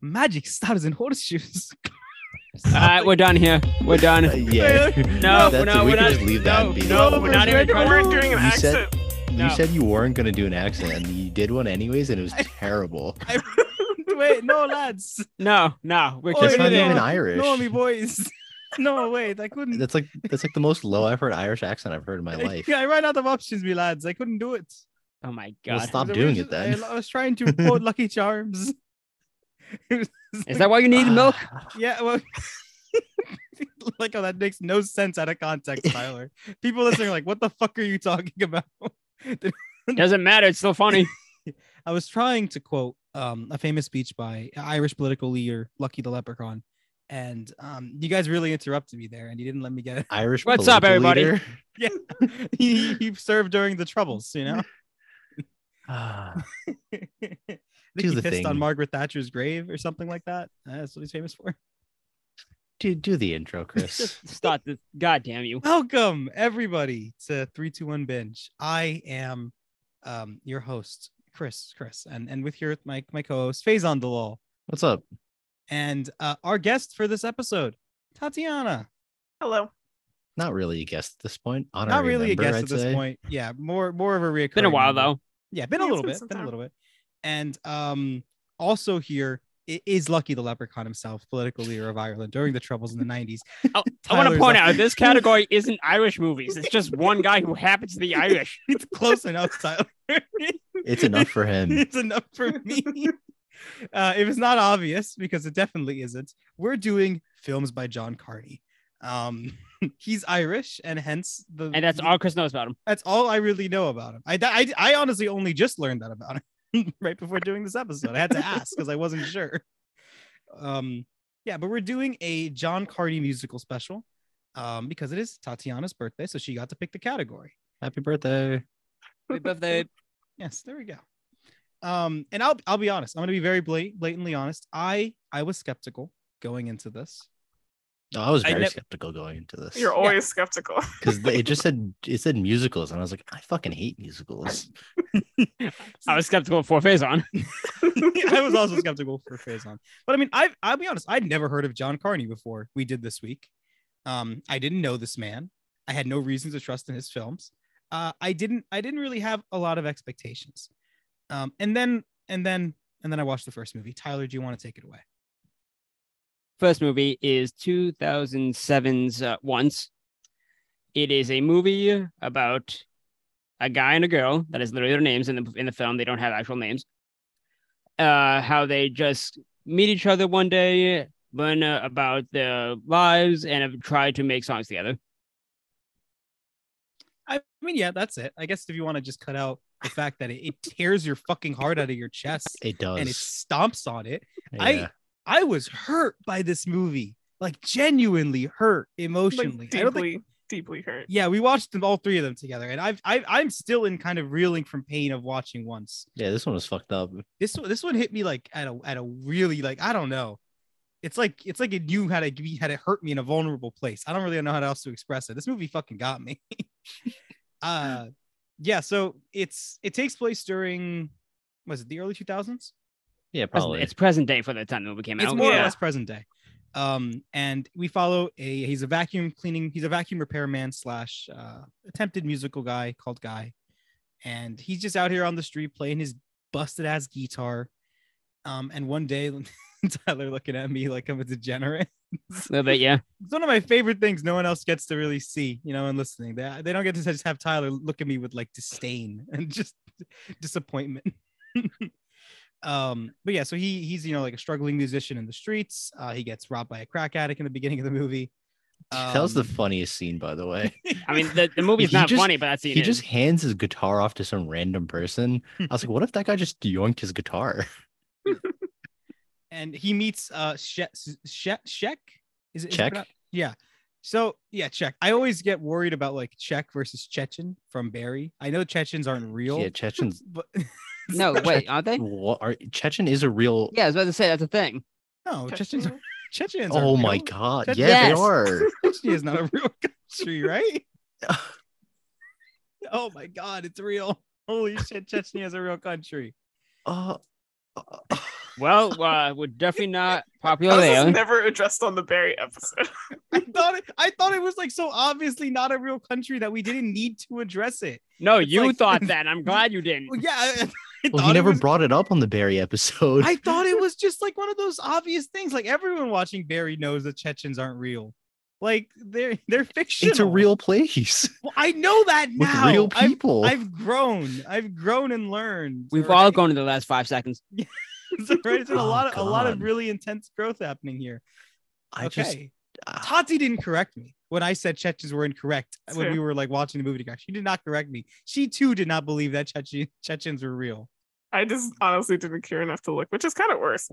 magic stars and horseshoes. All right, we're done here. We're done. yeah. No, That's no, it. We we're can not. just leave that no, and be no, done. we're not even We're trying. We're doing an You said- accent. No. You said you weren't going to do an accent, and you did one anyways, and it was terrible. I- wait, no, lads. No, no, we're Oh, That's keeping not it yeah. even in. Irish. No, me boys. No, wait, I couldn't. That's like that's like the most low effort Irish accent I've heard in my life. Yeah, I ran out of options, me lads. I couldn't do it. Oh my Well, god. stop The doing reason- it then. I, I was trying to quote Lucky Charms. It was Is that why you need milk? Yeah, well, like how that makes no sense out of context, Tyler. People listening are like, "What the fuck are you talking about?" Doesn't matter. It's still funny. I was trying to quote um, a famous speech by Irish political leader Lucky the Leprechaun, and um, you guys really interrupted me there, and you didn't let me get. Irish. What's up, political everybody? leader. It. he, he served during the Troubles, you know. Ah, I think Do he the pissed on thing. Margaret Thatcher's grave or something like that. Uh, that's what he's famous for. do do the intro, Chris. Just stop this. God damn you. Welcome everybody to 321 binge. I am um your host, Chris, Chris, and and with here with my my co-host, Faison Dalal, What's up? and uh, our guest for this episode, Tatiana. Hello. Not really a guest at this point. Not Honorary really a member, guest I'd at this say. point. Yeah, more more of a reoccurring. Been a while member. though. Yeah, been a Yeah, it's little been bit, some been a time. little bit. And um also here i- is Lucky the Leprechaun himself, political leader of Ireland during the troubles in the 90s. I- I want to Tyler's point up. out this category isn't Irish movies. It's just one guy who happens to be Irish. It's close enough, Tyler. It's enough for him. it's enough for me. uh, if it's not obvious, because it definitely isn't, we're doing films by John Carney. Um, he's Irish, and hence the And that's all Chris knows about him. that's all I really know about him. I, I, I honestly only just learned that about him right before doing this episode. I had to ask because I wasn't sure. Um, yeah, but we're doing a John Carney musical special um, because it is Tatiana's birthday, so she got to pick the category. Happy birthday. Yes, there we go. Um, and I'll I'll be honest. I'm gonna be very blat- blatantly honest. I I was skeptical going into this. No, I was I very nev- skeptical going into this You're always skeptical. because it just said it said musicals, and I was like, I fucking hate musicals. I was skeptical before phase on. I was also skeptical for Faison. But I mean, I I'll be honest. I'd never heard of John Carney before we did this week. Um, I didn't know this man. I had no reason to trust in his films. Uh, I didn't I didn't really have a lot of expectations. Um, and then and then and then I watched the first movie. Tyler, do you want to take it away? First movie is 2007's uh, Once. It is a movie about a guy and a girl that is literally their names in the in the film. They don't have actual names. Uh, how they just meet each other one day, learn uh, about their lives, and have tried to make songs together. I mean, yeah, that's it. I guess if you want to just cut out the fact that it, it tears your fucking heart out of your chest It does. and it stomps on it. I- Yeah. I was hurt by this movie, like genuinely hurt emotionally. Like, I don't think- deeply, deeply hurt. yeah, we watched them all three of them together, and I've I, I'm still in kind of reeling from pain of watching once. yeah, this one was fucked up. This one- this one hit me like at a at a really like I don't know. It's like it's like it knew how to be how to hurt me in a vulnerable place. I don't really know how else to express it. This movie fucking got me. uh yeah, so it's it takes place during was it the early two thousands? Yeah, Present- probably. It's present day for the time the movie came It's out. more or Yeah. less present day. Um, and we follow a he's a vacuum cleaning, he's a vacuum repairman slash uh, attempted musical guy called Guy, and he's just out here on the street playing his busted ass guitar. Um, and one day Tyler looking at me like I'm a degenerate. a little bit, yeah. It's one of my favorite things. No one else gets to really see, you know, and listening. They, they don't get to just have Tyler look at me with like disdain and just disappointment. um, but yeah, so he he's you know like a struggling musician in the streets. Uh, he gets robbed by a crack addict in the beginning of the movie. that was the Um, funniest scene, by the way. I mean, the, the movie's He not just- funny, but that's the He just hands his guitar off to some random person. I was like, what if that guy just yoinked his guitar? and he meets uh she- she- Sheck. Is it is it Check. pronounced- yeah. So yeah, Czech. I always get worried about like Czech versus Chechen from Barry. I know Chechens aren't real, Yeah, Chechen's. but no, wait, aren't they? What are Chechen is a real. Yeah, I was about to say that's a thing. no, Chechens Touching. Chechens. oh aren't my real. god! Chechen- yeah, Yes. they are. Chechnya is not a real country, right? oh my god, it's real. Holy shit, Chechnya is a real country. Uh, uh, Well, uh, we're definitely not popular This is there. never addressed on the Barry episode. I thought it, I thought it was like so obviously not a real country that we didn't need to address it. No, It's you like- thought that. I'm glad you didn't. Well, yeah, I, I Well, thought he it never was- brought it up on the Barry episode. I thought it was just like one of those obvious things. Like everyone watching Barry knows that Chechens aren't real. Like they're they're fictional. it's a real place Well, I know that with now. real I've- people. I've, grown. I've grown and learned. We've already. all gone to the last five seconds. It's already been a Oh, lot of a lot of God. really intense growth happening here. I just okay. ah. Tati didn't correct me when I said Chechens were incorrect That's when fair. we were like watching the movie together. She did not correct me. She too did not believe that Chechen, Chechens were real. I just honestly didn't care enough to look, which is kind of worse.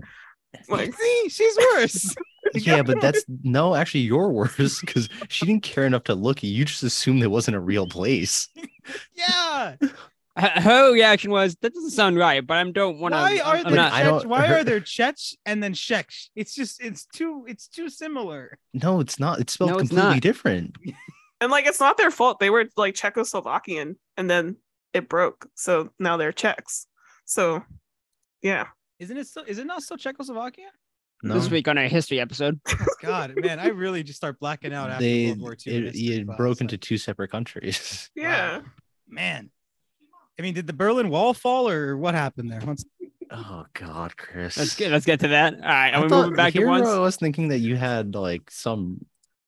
Like, See, she's worse. yeah, but that's no, actually, you're worse because she didn't care enough to look. You just assumed it wasn't a real place. yeah. H- Her reaction was, "That doesn't sound right," but I don't want to. why are I'm there not. I Chech, don't- why are there Chech and then Sheksh? It's just it's too it's too similar. No, it's not. It's spelled No, it's completely not. different. and like, it's not their fault. They were like Czechoslovakian, and then it broke, so now they're Czechs. So, yeah, Isn't it still is it not still Czechoslovakia? No, This week on our history episode, Oh, God, man, I really just start blacking out after they World War II. it, history it class. broke Like, into two separate countries. yeah. Wow. man. I mean, did the Berlin Wall fall or what happened there? Once Oh God, Chris. let's get let's get to that. All right, I are we thought- moving back to here once? I was thinking that you had like some.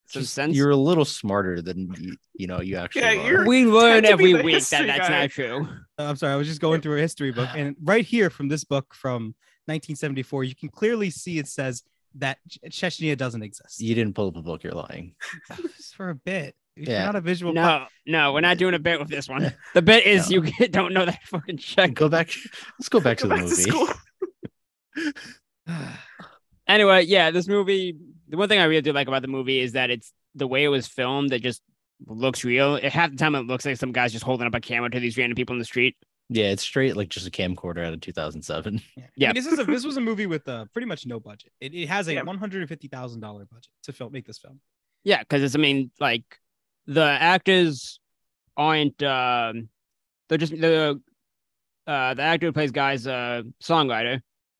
Some just- sense? You're a little smarter than you, you know. You actually. Yeah, are. you're- We learn to be every the week that history that's guy. not true. I'm sorry, I was just going through a history book, and right here from this book from 1974, you can clearly see it says that Ch- Chechnya doesn't exist. You didn't pull up a book. You're lying. Just for a bit. You're Yeah. not a visual. po- No, no, we're not doing a bit with this one. The bit is you don't know that fucking check. Go back. Let's go back to the Go back movie. to school. Anyway, yeah, this movie. The one thing I really do like about the movie is that it's the way it was filmed. It just looks real. It, half the time, it looks like some guys just holding up a camera to these random people in the street. Yeah, it's straight like just a camcorder out of 2007. Yeah. I Yeah. mean, this is a this was a movie with uh, pretty much no budget. It, it has a Yeah. $150,000 budget to film make this film. Yeah, because it's I mean, like the actors aren't um they're just the uh the actor who plays guys uh songwriter.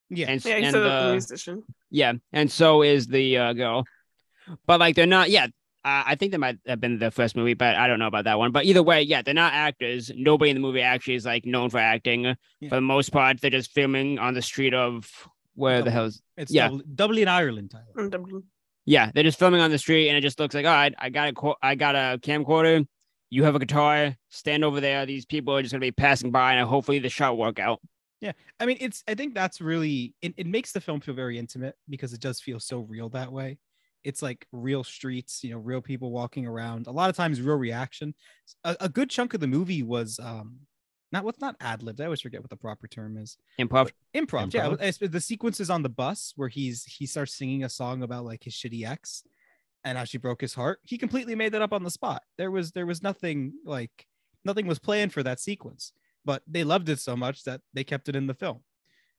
Yeah. And, Yeah, and he's a uh, the- musician. yeah, and so is the uh girl. But like they're not yeah. I I think that might have been the first movie, but I don't know about that one. But either way, yeah, they're not actors. Nobody in the movie actually is like known for acting. For the most part, they're just filming on the street of where the Dublin. hell's It's yeah. Dublin, Dublin, Ireland, Tyler. in Dublin. Yeah, they're just filming on the street, and it just looks like, all right, I got a, co- I got a camcorder. You have a guitar. Stand over there. These people are just gonna be passing by, and hopefully the shot will work out. I mean, it's. I think that's really. It, it makes the film feel very intimate because it does feel so real that way. It's like real streets, you know, real people walking around. A lot of times, real reaction. A, a good chunk of the movie was um, not what's not ad libbed. I always forget what the proper term is. Improv. Improv. Yeah, Improv? it's- the sequences on the bus where he's he starts singing a song about like his shitty ex, and how she broke his heart. He completely made that up on the spot. There was there was nothing like nothing was planned for that sequence, but they loved it so much that they kept it in the film.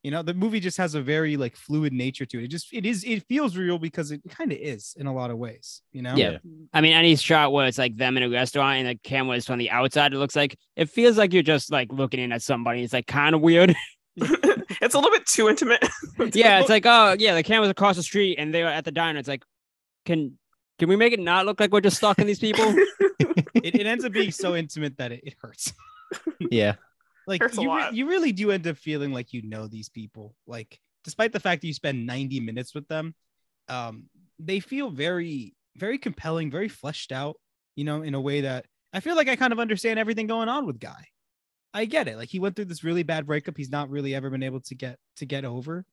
You know, the movie just has a very like fluid nature to it. It just it is it feels real because it kind of is in a lot of ways. You know. Yeah. I mean, any shot where it's like them in a restaurant and the camera is from the outside, it looks like it feels like you're just like looking in at somebody. It's like kind of weird. it's a little bit too intimate. yeah, it's like oh yeah, the camera's across the street and they're at the diner. It's like, can can we make it not look like we're just stalking these people? It, it ends up being so intimate that it, it hurts. Yeah. like Hurts a you, re- lot. you really do end up feeling like you know these people like despite the fact that you spend 90 minutes with them um they feel very very compelling very fleshed out you know in a way that i feel like i kind of understand everything going on with guy i get it like he went through this really bad breakup he's not really ever been able to get to get over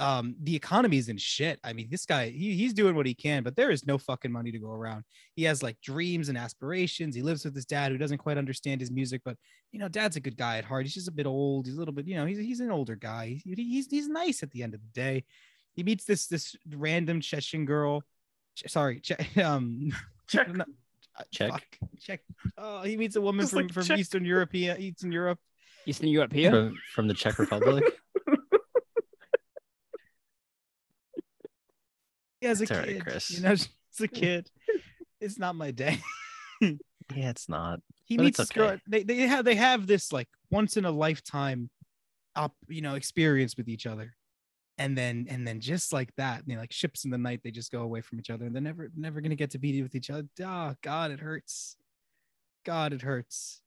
um the economy's in shit i mean this guy he, he's doing what he can but there is no fucking money to go around he has like dreams and aspirations he lives with his dad who doesn't quite understand his music but you know, dad's a good guy at heart. He's just a bit old. He's a little bit, you know, he's he's an older guy. He- He's he's nice at the end of the day. He meets this this random Chechen girl. Ch- sorry, che- um, Czech. no, uh, Czech. fuck, Czech. Oh, he meets a woman Just from, like from Czech. Eastern European, Eastern Europe. Eastern Europe here. From, from the Czech Republic. Yeah, as a It's all right, kid, Chris. you know, as a kid, it's not my day. yeah, it's not. he But meets it's this girl. okay. They they have they have this like once in a lifetime, up you know experience with each other, and then and then just like that, you know, like ships in the night, they just go away from each other, and they're never never gonna get to be with each other. Ah, God, it hurts. God, it hurts.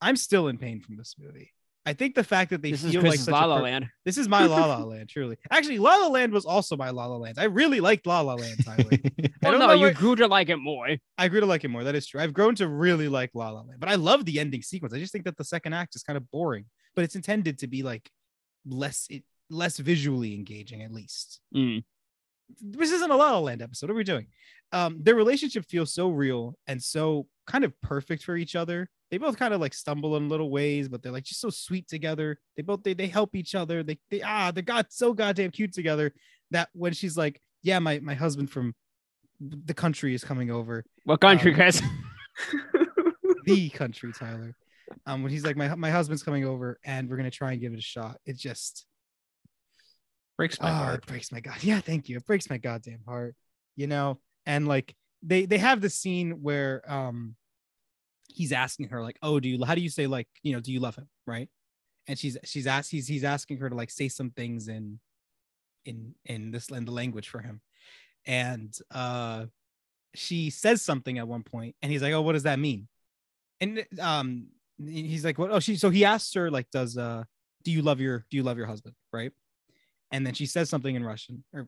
I'm still in pain from this movie. I think the fact that they This is feel like Chris's such La a La per- Land. this is my La La Land, truly. Actually, La La Land was also my La La Land. I really liked La La Land, Tyler. I Well, don't Oh, no, know you where- grew to like it more. I grew to like it more. That is true. I've grown to really like La La Land, but I love the ending sequence. I just think that the second act is kind of boring, but it's intended to be like less it, less visually engaging, at least. Mm. This isn't a La La Land episode. What are we doing? Um, their relationship feels so real and so kind of perfect for each other. They both kind of like stumble in little ways, but they're like just so sweet together. They both they they help each other. They they ah they're got so goddamn cute together that when she's like, yeah, my my husband from the country is coming over What country, Um, Chris? the country, Tyler. Um, when he's like, my my husband's coming over, and we're gonna try and give it a shot. It just Breaks my ah, heart. it breaks my god. Yeah, thank you. It breaks my goddamn heart. You know, and like they they have this scene where um he's asking her like, oh, do you how do you say like you know do you love him right? And she's she's asked he's he's asking her to like say some things in in in this in the language for him, and uh she says something at one point, and he's like, oh, what does that mean? And um he's like, what? Oh, she so he asks her like, does uh do you love your do you love your husband right? and then she says something in Russian or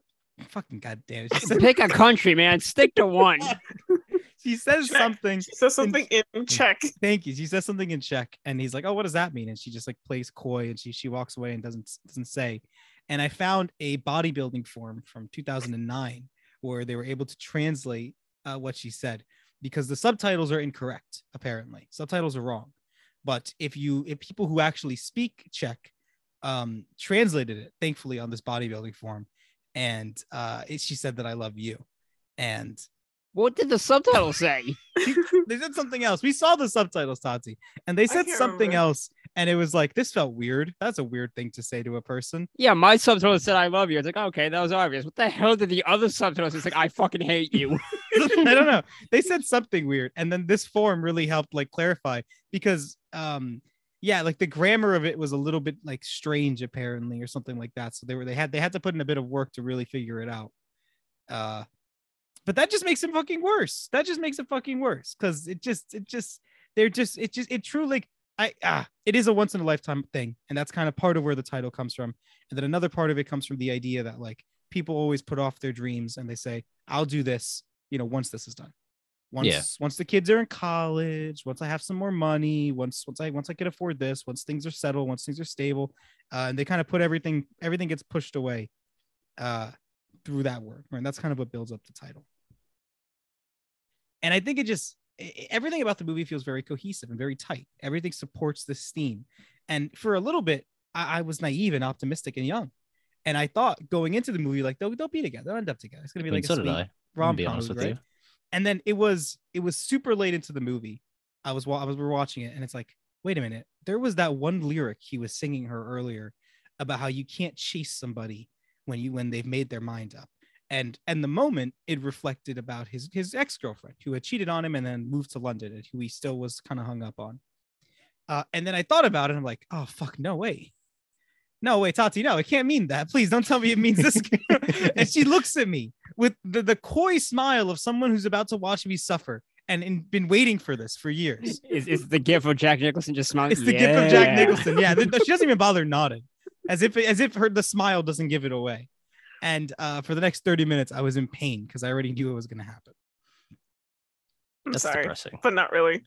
fucking goddamn. She says, Pick a country, man. Stick to one. she says Check. something. She says something in Czech. Thank you. She says something in Czech, and he's like, "Oh, what does that mean?" And she just like plays coy, and she she walks away and doesn't doesn't say. And I found a bodybuilding form from 2009 where they were able to translate uh, what she said because the subtitles are incorrect. Apparently, subtitles are wrong. But if you if people who actually speak Czech um, translated it, thankfully on this bodybuilding form, and uh, it, she said that I love you, and What did the subtitle say? they said something else. We saw the subtitles, Tati, and they said can't something remember. else, and it was like this felt weirld. That's a weird thing to say to a person. Yeah, my subtitle said "I love you." It's like okay, that was obvious. What the hell did the other subtitle say? It's like I fucking hate you. I don't know. They said something weird, and then this form really helped like clarify because, um, yeah, like the grammar of it was a little bit like strange apparently, or something like that. So they were they had they had to put in a bit of work to really figure it out. Uh, but that just makes it fucking worse. That just makes it fucking worse because it just it just they're just it just it truly like I ah it is a once in a lifetime thing, and that's kind of part of where the title comes from. And then another part of it comes from the idea that like people always put off their dreams and they say, I'll do this, you know, once this is done. Once Yeah. once the kids are in college, once I have some more money, once once I once I can afford this, once things are settled, once things are stable, uh, and they kind of put everything everything gets pushed away uh, through that word, right? That's kind of what builds up the title. And I think it just e- e- everything about the movie feels very cohesive and very tight. Everything supports this theme. And for a little bit, I, I was naive and optimistic and young. And I thought going into the movie, like they'll, they'll be together, they'll end up together. It's gonna be I mean, like so a did sweet I. I'll rom be com, honest with right? you. and then it was it was super late into the movie i was wa- i was we were watching it and it's like wait a minute there was that one lyric he was singing her earlier about how you can't chase somebody when you when they've made their mind up and and the moment it reflected about his his ex-girlfriend who had cheated on him and then moved to london and who he still was kind of hung up on uh, and then i thought about it and i'm like oh fuck no way no way tati no it can't mean that please don't tell me it means this and she looks at me with the, the coy smile of someone who's about to watch me suffer and in, been waiting for this for years. Is is the gif of Jack Nicholson just smiling? It's the gift of Jack Yeah. Nicholson. Yeah, th- she doesn't even bother nodding, as if as if her the smile doesn't give it away. And uh, for the next thirty minutes, I was in pain because I already knew it was going to happen. I'm That's sorry, depressing. but not really.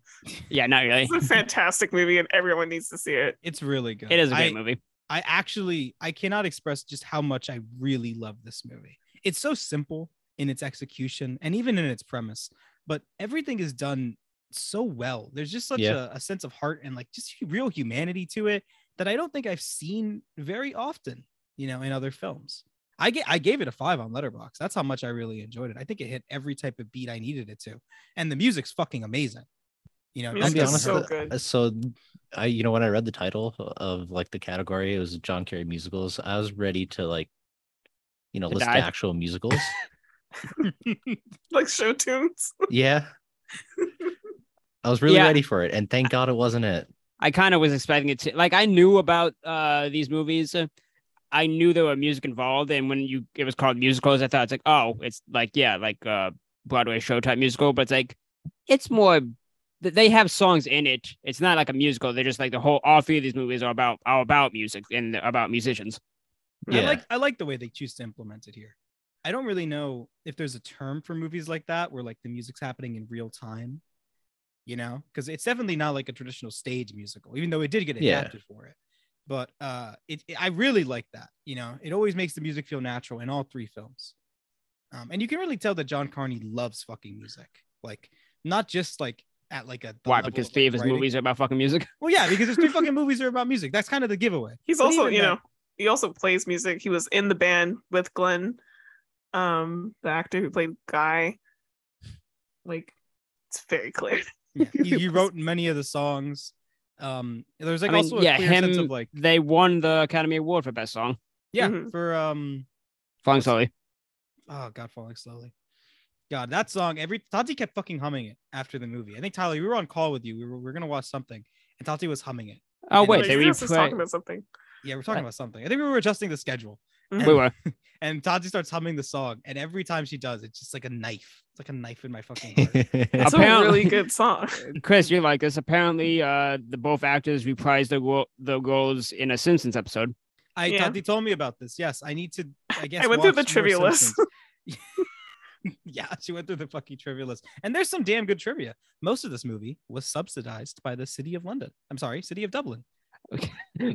Yeah, not really. It's a fantastic movie, and everyone needs to see it. It's really good. It is a great I- movie. I actually I cannot express just how much I really love this movie. It's so simple in its execution and even in its premise, but everything is done so well. There's just such Yeah. a, a sense of heart and like just real humanity to it that I don't think I've seen very often, you know, in other films. I get I gave it a five on Letterbox. That's how much I really enjoyed it. I think it hit every type of beat I needed it to, and the music's fucking amazing. You know, I'll just I'll to be honest. It's hear- so uh, good. So, I you know when I read the title of like the category, it was John Kerry musicals. I was ready to like, you know, To list die. the actual musicals. Like show tunes. yeah, I was really Yeah. ready for it, and thank God it wasn't it. I kind of was expecting it to. Like I knew about uh, these movies. uh, I knew there were music involved, and when you it was called musicals, I thought it's like, oh, it's like yeah, like uh Broadway show type musical, but it's like it's more th- they have songs in it. It's not like a musical. They're just like the whole all three of these movies are about are about music and about musicians. I Yeah. like I like the way they choose to implement it here. I don't really know if there's a term for movies like that where like the music's happening in real time, you know, because it's definitely not like a traditional stage musical, even though it did get Yeah. adapted for it. But uh, it, it- I really like that. You know, it always makes the music feel natural in all three films, um, and you can really tell that John Carney loves fucking music, like not just like at like a the Why? level Because of, three like, of his writing. movies are about fucking music. Well, yeah, because his three fucking movies are about music. That's kind of the giveaway. He's But also, even you then- know, he also plays music. He was in the band with Glenn, um, the actor who played Guy. Like, it's very clear. yeah, he, he wrote many of the songs. Um, there's like I mean, also a yeah, clear sense him- of like, They won the Academy Award for best song. yeah, Mhm. for um, Falling slowly. oh god, falling slowly. God, that song. Every Tati kept fucking humming it after the movie. I think Tyler, we were on call with you. We were, we were gonna watch something, and Tati was humming it. Oh And wait, like, they you guys was talking reprised. about something. Mm-hmm. Yeah, we're talking about something. I think we were adjusting the schedule, about- We were. and Tati starts humming the song, and every time she does, it's just like a knife. It's like a knife in my fucking heart. It's a Apparently- really good song. Chris, you like this. Apparently, uh, the both actors reprised their, ro- their roles in a Simpsons episode. I Yeah. Tati told me about this. Yes, I need to. I guess went through the watch more trivia list. Simpsons. yeah, she went through the fucking trivia list, and there's some damn good trivia. Most of this movie was subsidized by the city of London. I'm sorry, city of Dublin.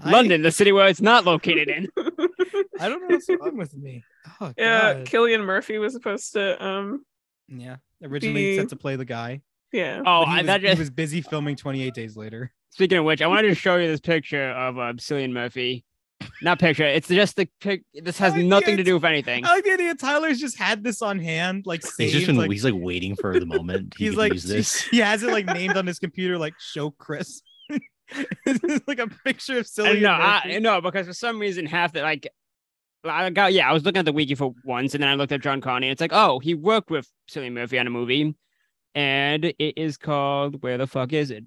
London, the city where it's not located in. I don't know what's wrong with me. Oh yeah, god. Killian Murphy was supposed to um Yeah, originally The- set to play the guy. yeah. Oh, but he I, was, that he just, was busy filming 28 days later. Speaking of which, I wanted to show you this picture of uh, Cillian Murphy. Not picture. It's just the pic. This has Oh, yeah, nothing to it's- do with anything. I like the idea. Tyler's just had this on hand, like saved. he's just been, like, he's like waiting for the moment he he's can like use this. he has it like named on his computer like show chris It's like a picture of I silly know. I, no, because for some reason, half the like, I got yeah. I was looking at the wiki for once, and then I looked at John Carney. It's like, oh, he worked with Cillian Murphy on a movie, and it is called Where the fuck is it?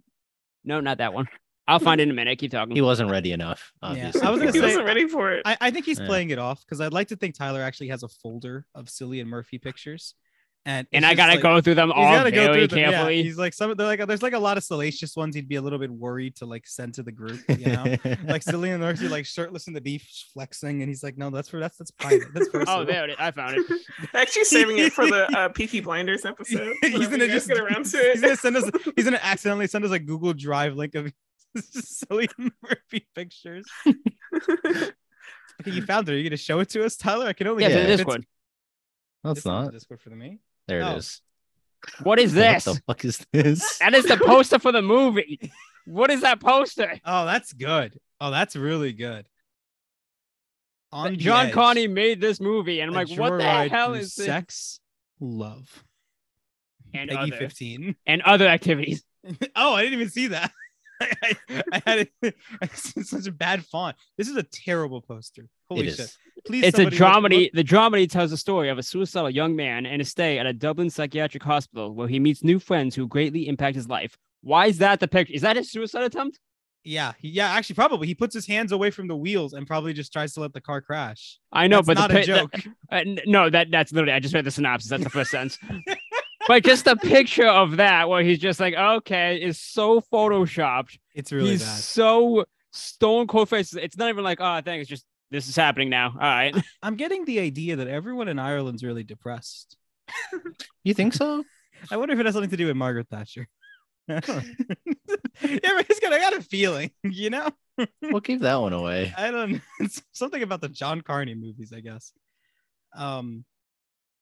No, not that one. I'll find it in a minute. Keep talking. He wasn't ready enough. Obviously, I was gonna he for it. say- wasn't ready for it. I, I think he's Yeah. playing it off because i'd like to think tyler actually has a folder of silly and murphy pictures and and it's I just, gotta like, go through them he's all gotta very go through them, yeah. carefully. he's like some they're like there's like a lot of salacious ones he'd be a little bit worried to like send to the group you know like silly and murphy like shirtless in the beef flexing and he's like no that's for that's that's private that's personal. oh, there it is. I found it. Actually saving it for the uh Peaky Blinders episode. he's whenever gonna you guys just get around to He's it. gonna send us. He's gonna accidentally send us a Google Drive link of silly Murphy pictures. Okay, you found it. Are you gonna show it to us, Tyler? I can only. Yeah, get yeah. it if this it's- one. That's this one's not. Discord for the me. There Oh. it is. What is What this? the fuck is this? That is the poster for the movie. What is that poster? Oh, that's good. Oh, that's really good. On the John Edge, Carney made this movie, and I'm a like, what the joyride hell through is this? sex, love, and Peggy other, fifteen? and other activities. Oh, I didn't even see that. I, I, I had it, it's such a bad font. This is a terrible poster. Holy It shit! is. Please, It's a somebody look- look- dramedy. The dramedy tells the story of a suicidal young man and his stay at a Dublin psychiatric hospital where he meets new friends who greatly impact his life. Why is that the picture? Is that his suicide attempt? Yeah, he, yeah, actually, probably he puts his hands away from the wheels and probably just tries to let the car crash. I know, That's but not the, a pi- joke. the- uh, n- no, that that's literally. I just read the synopsis. That's the first sentence. But just the picture of that, where he's just like, okay, is so photoshopped. It's really he's bad. so stone cold face. It's not even like, oh, thanks. It's just this is happening now. All right. I'm getting the idea that everyone in Ireland's really depressed. You think so? I wonder if it has something to do with Margaret Thatcher. yeah, everybody's got. I got a feeling, you know. We'll give that one away. I don't. It's something about the John Carney movies, I guess. Um,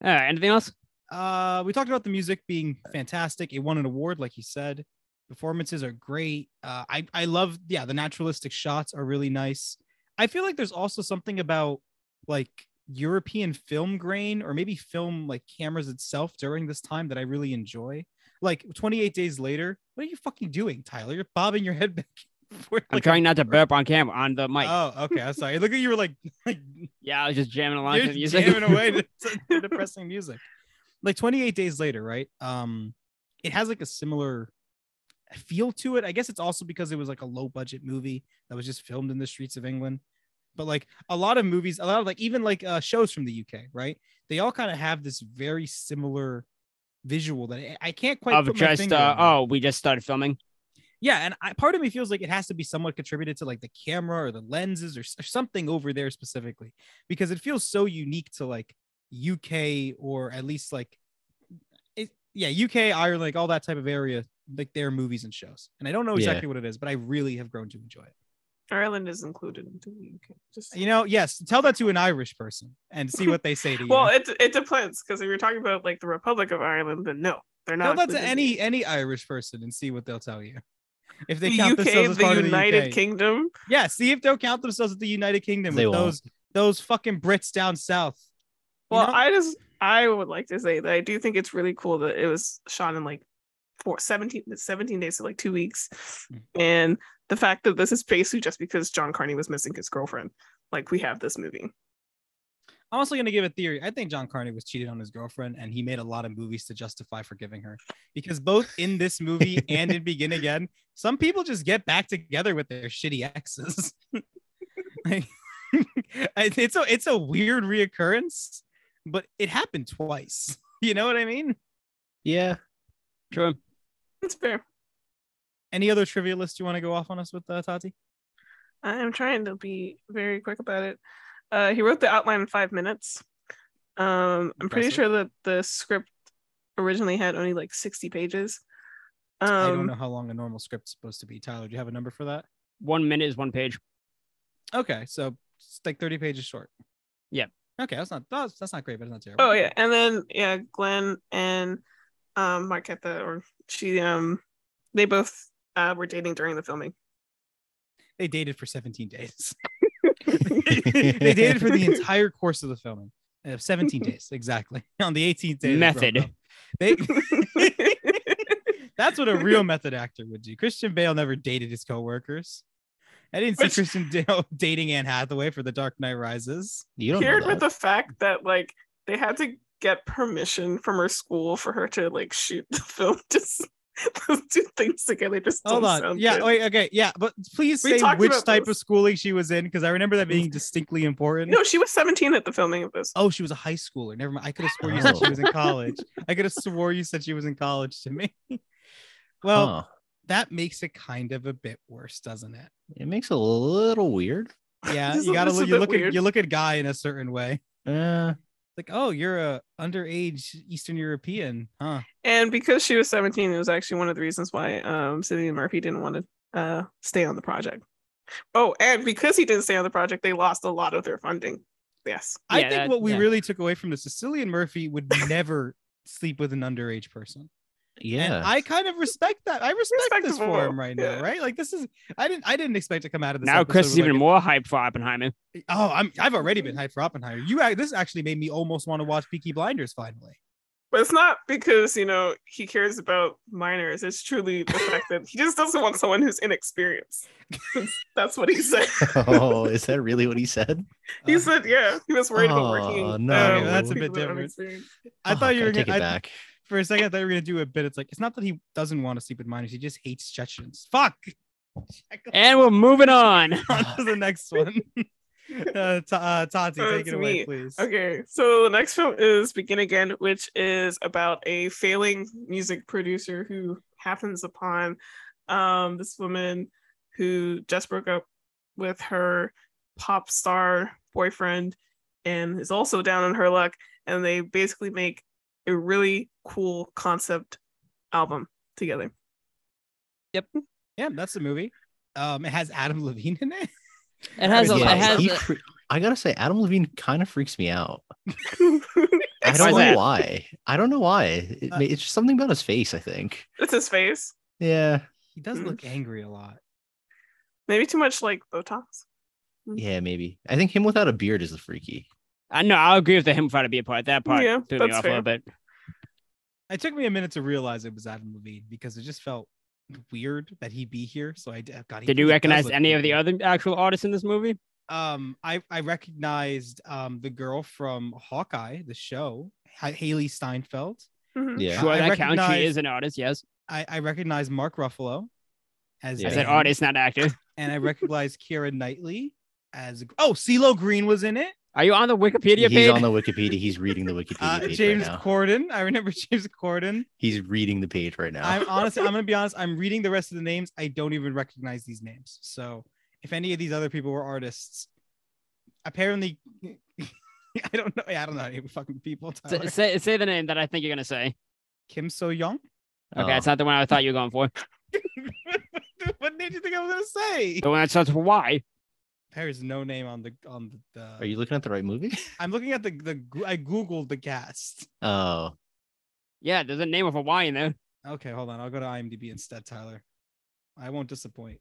All right. Anything else? uh, we talked about the music being fantastic. It won an award, like you said. Performances are great. Uh, I I love. Yeah, the naturalistic shots are really nice. I feel like there's also something about like European film grain or maybe film like cameras itself during this time that I really enjoy. Like 28 days later, what are you fucking doing, Tyler? You're bobbing your head back. and forth I'm like a trying not to burp on camera on the mic. Oh, okay. I'm sorry. Look at you were like, like yeah, I was just jamming along to you're the music. jamming away to, to- to depressing music. Like 28 days later, right? Um, it has like a similar feel to it. I guess it's also because it was like a low budget movie that was just filmed in the streets of England. but like a lot of movies a lot of like even like uh, shows from the uk right they all kind of have this very similar visual that I- i can't quite of put my just finger uh, on. oh, we just started filming. yeah and I, part of me feels like it has to be somewhat contributed to like the camera or the lenses or, s- or something over there specifically because it feels so unique to like uk or at least like it, yeah uk ireland like all that type of area like their movies and shows and i don't know Yeah. exactly what it is but i really have grown to enjoy it Ireland is included into the UK. Just you know yes tell that to an irish person and see what they say to you well, it it depends because if you're talking about like the Republic of Ireland, then no, they're tell not. that to any included. any irish person and see what they'll tell you if they the count themselves UK, as the part United of the UK. Kingdom. Yeah, see if they'll count themselves at the United Kingdom They with won't. those those fucking Brits down south. You Well, know? I just I would like to say that I do think it's really cool that it was shot in like four, 17, 17 days, so like two weeks, Mm. and the fact that this is basically just because John Carney was missing his girlfriend. Like we have this movie. I'm also gonna give a theory. I think John Carney was cheated on his girlfriend, and he made a lot of movies to justify forgiving her. Because both in this movie and in Begin Again, some people just get back together with their shitty exes. Like, it's a it's a weird reoccurrence, but it happened twice. You know what I mean? Yeah. True. It's fair. Any other trivia list you want to go off on us with, uh, Tati? I am trying to be very quick about it. Uh, he wrote the outline in five minutes. Um, I'm pretty Impressive. sure that the script originally had only like 60 pages. Um, I don't know how long a normal script's supposed to be. Tyler, do you have a number for that? One minute is one page. Okay, so it's like 30 pages short. Yep. Okay, that's not that's, that's not great, but it's not terrible. Oh yeah, and then yeah, Glenn and um Marquetta or she um they both uh were dating during the filming. They dated for 17 days. they dated for the entire course of the filming. Uh, 17 days exactly. On the 18th day, they broke Method. up. They, that's what a real method actor would do. Christian Bale never dated his coworkers. I didn't see Which- Christian Bale dating Anne Hathaway for The Dark Knight Rises. You don't Paired know with that. the fact that like they had to get permission from her school for her to like shoot the film. Just those two things together just Hold don't on. sound Yeah. good. Wait. Okay. Yeah. But please We say talked which about type this. of schooling she was in, because I remember that being distinctly important. No, she was 17 at the filming of this. Oh, she was a high schooler. Never mind. I could have swore you said she Oh. was in college. I could have swore you said she was in college to me. Well, Huh. that makes it kind of a bit worse, doesn't it? it makes it a little weird. Yeah, Just you a- gotta just a look. You bit look at weird. you look at guy in a certain way. Uh, Like, oh, you're a underage Eastern European, huh? And because she was 17, it was actually one of the reasons why um Cillian Murphy didn't want to uh stay on the project. Oh, and because he didn't stay on the project, they lost a lot of their funding. Yes. I Yeah, think that- what we yeah. really took away from the Sicilian Murphy would never sleep with an underage person. yeah. And I kind of respect that. I respect this for Respectable. him right Yeah. now, right? Like this is I didn't I didn't expect to come out of this. now episode Chris with, is like, even a- more hyped for Oppenheimer. Oh, I'm I've already been hyped for Oppenheimer. You act- this actually made me almost want to watch Peaky Blinders finally. But it's not because, you know, he cares about minors. It's truly the fact that he just doesn't want someone who's inexperienced. That's what he said. oh, is that really what he said? He Uh, said, yeah, he was worried about working. Aw, no. Okay, that's a with bit people that are different. inexperienced. I thought Fuck, you were Oh, take gonna it I- back. for a second. I thought you were gonna do a bit. It's like it's not that he doesn't want to sleep with minors. He just hates Chechens. Fuck. And we're moving on. on to the next one. uh, Ta- uh, Tati, Oh, take it's it away, me. please. Okay, so the next film is Begin Again, which is about a failing music producer who happens upon um, this woman who just broke up with her pop star boyfriend and is also down on her luck. And they basically make a really cool concept album together. Yeah, that's the movie. Um, it has Adam Levine in it. It has a, Yeah, it has he a- fre- I gotta say, Adam Levine kind of freaks me out. I Why don't is know that? why. I don't know why. It, Uh, it's just something about his face. I think. it's his face. Yeah. He does Mhm. look angry a lot. Maybe too much like Botox. Yeah, maybe. I think him without a beard is the freaky. I know I'll agree with the him without a beard part. That part Yeah, threw me that's off a fair. little bit. It took me a minute to realize it was Adam Levine because it just felt weird that he'd be here. So I d- God, he Did you really does recognize look any of creepy. the other actual artists in this movie? um i i recognized um the girl from hawkeye the show Ha- haley steinfeld Mhm. Yeah. Sure, I that counts. She recognize- is an artist. Yes, i i recognized mark ruffalo as Yeah. as an Dan, artist, not actor. and i recognized kira knightley as oh CeeLo Green was in it. Are you on the Wikipedia He's page? on the Wikipedia. He's reading the Wikipedia Uh, page James E right now. Corden. I remember James Corden. He's reading the page right now. I'm honestly, I'm gonna be honest. I'm reading the rest of the names. I don't even recognize these names. So if any of these other people were artists, apparently, I don't know. Yeah, I don't know any fucking people. Say- Tyler. say, say the name that I think you're gonna say. Kim So Young. Okay, Oh. it's not the one I thought you were going for. what name do you think I was gonna say? The one that starts with Y. There is no name on the on the. the Are you looking at the right movie? I'm looking at the the. I googled the cast. Oh, Yeah, there's a name with a Y in there. Okay, hold on. I'll go to IMDb instead, Tyler. I won't disappoint.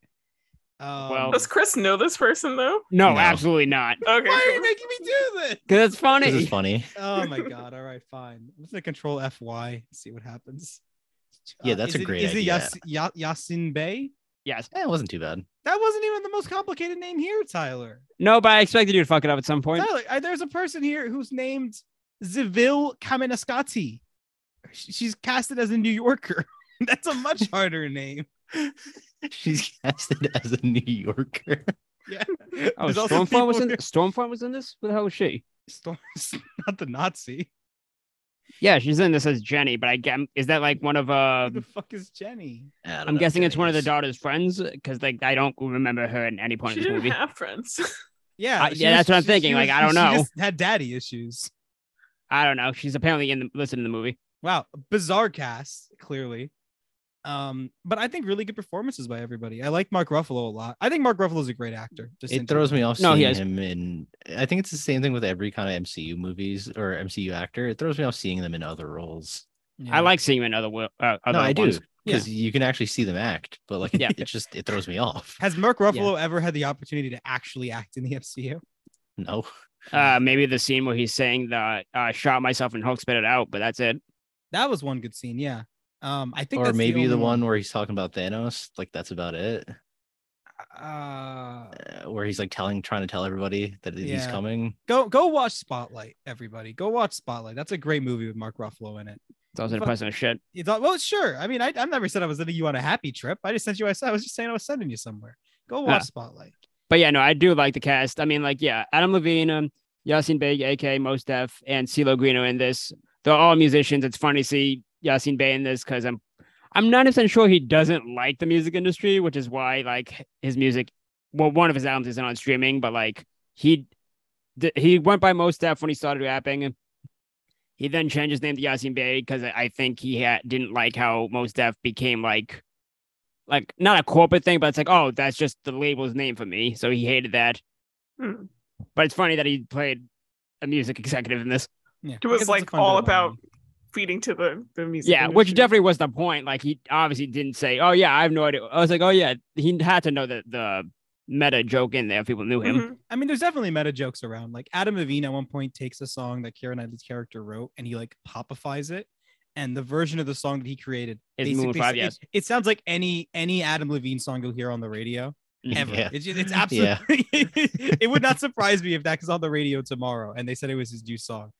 Um, Well- Does Chris know this person though? No, No. absolutely not. Okay. why are you making me do this? Because it's funny. this is funny. Oh my god! All right, fine. Let's like control FY. See what happens. Uh, Yeah, that's is a it- great Is idea. it Yas- Ya- Yasin Bey? yes. Eh, it wasn't too bad. That wasn't even the most complicated name here, Tyler. No, but I expected you to fuck it up at some point. Tyler, I, there's a person here who's named Zivil Kamenaskati. Sh- She's casted as a New Yorker. That's a much harder name. She's casted as a New Yorker. Oh, There's also Stormfront was people in. who- Stormfront was in this. Who the hell was she? Storm, not the Nazi. Yeah, she's in this as Jenny. But I get is that like one of uh? Who the fuck is Jenny? I don't I'm know, guessing it's one of the Jenny is- daughter's friends because like I don't remember her in any point She in this didn't movie. have friends. Yeah, I- she yeah, that's what I'm she- thinking, she like, I don't know. She just had daddy issues. I don't know. She's apparently in the listen in the movie. Wow, bizarre cast clearly. Um, but I think really good performances by everybody. I like Mark Ruffalo a lot. I think Mark Ruffalo is a great actor. Just in It throws me off No, seeing he has- him in. I think it's the same thing with every kind of MCU movies or MCU actor. It throws me off seeing them in other roles. general. I Yeah. like seeing him in other wo- uh, other no, I ones. do because you can actually see them act, but like Yeah. it, just it throws me off. Has Mark Ruffalo ever had the opportunity to actually act in the MCU? No, Uh, maybe the scene where he's saying the uh, shot myself and Hulk spit it out, but that's it. That was one good scene. Yeah. Um, I think. or that's maybe the, the, only one where he's talking about Thanos. Like that's about it. Uh, Uh, where he's like telling, trying to tell everybody that he's Yeah. coming. go go watch Spotlight, everybody. Go watch Spotlight. That's a great movie with Mark Ruffalo in it. It's also Fuck. depressing as shit. You thought, well, sure. I mean, I, I never said I was sending you on a happy trip. I just sent you. I said I was just saying I was sending you somewhere. Go watch Ah. Spotlight. But yeah, no, I do like the cast. I mean, like, yeah, Adam Levine, um, Yasin Bey, aka Most Def, and CeeLo Green are in this. They're all musicians. It's fun to see Yasin Bey in this because I'm I'm not percent sure he doesn't like the music industry, which is why like his music well, one of his albums isn't on streaming, but like he d- he went by Most Def when he started rapping. He then changed his name to Yasin Bey because I I think he ha- didn't like how Most Def became like like not a corporate thing, but it's like, oh, that's just the label's name for me. So he hated that. Hmm. But it's funny that he played a music executive in this. Yeah, It I was, guess that's a like, fun all bit of irony. about Feeding to the, the music. Yeah, which industry. definitely was the point. Like he obviously didn't say, Oh yeah, I have no idea. I was like, Oh yeah, he had to know that the meta joke in there if people knew him. Mhm. I mean, there's definitely meta jokes around. Like Adam Levine at one point takes a song that Karen Knightley's character wrote and he like popifies it. And the version of the song that he created Is Maroon basically- five, it- yes. It, sounds like any any Adam Levine song you'll hear on the radio ever. Yeah. It's, just- it's absolutely. it would not surprise me if that is on the radio tomorrow, and they said it was his new song.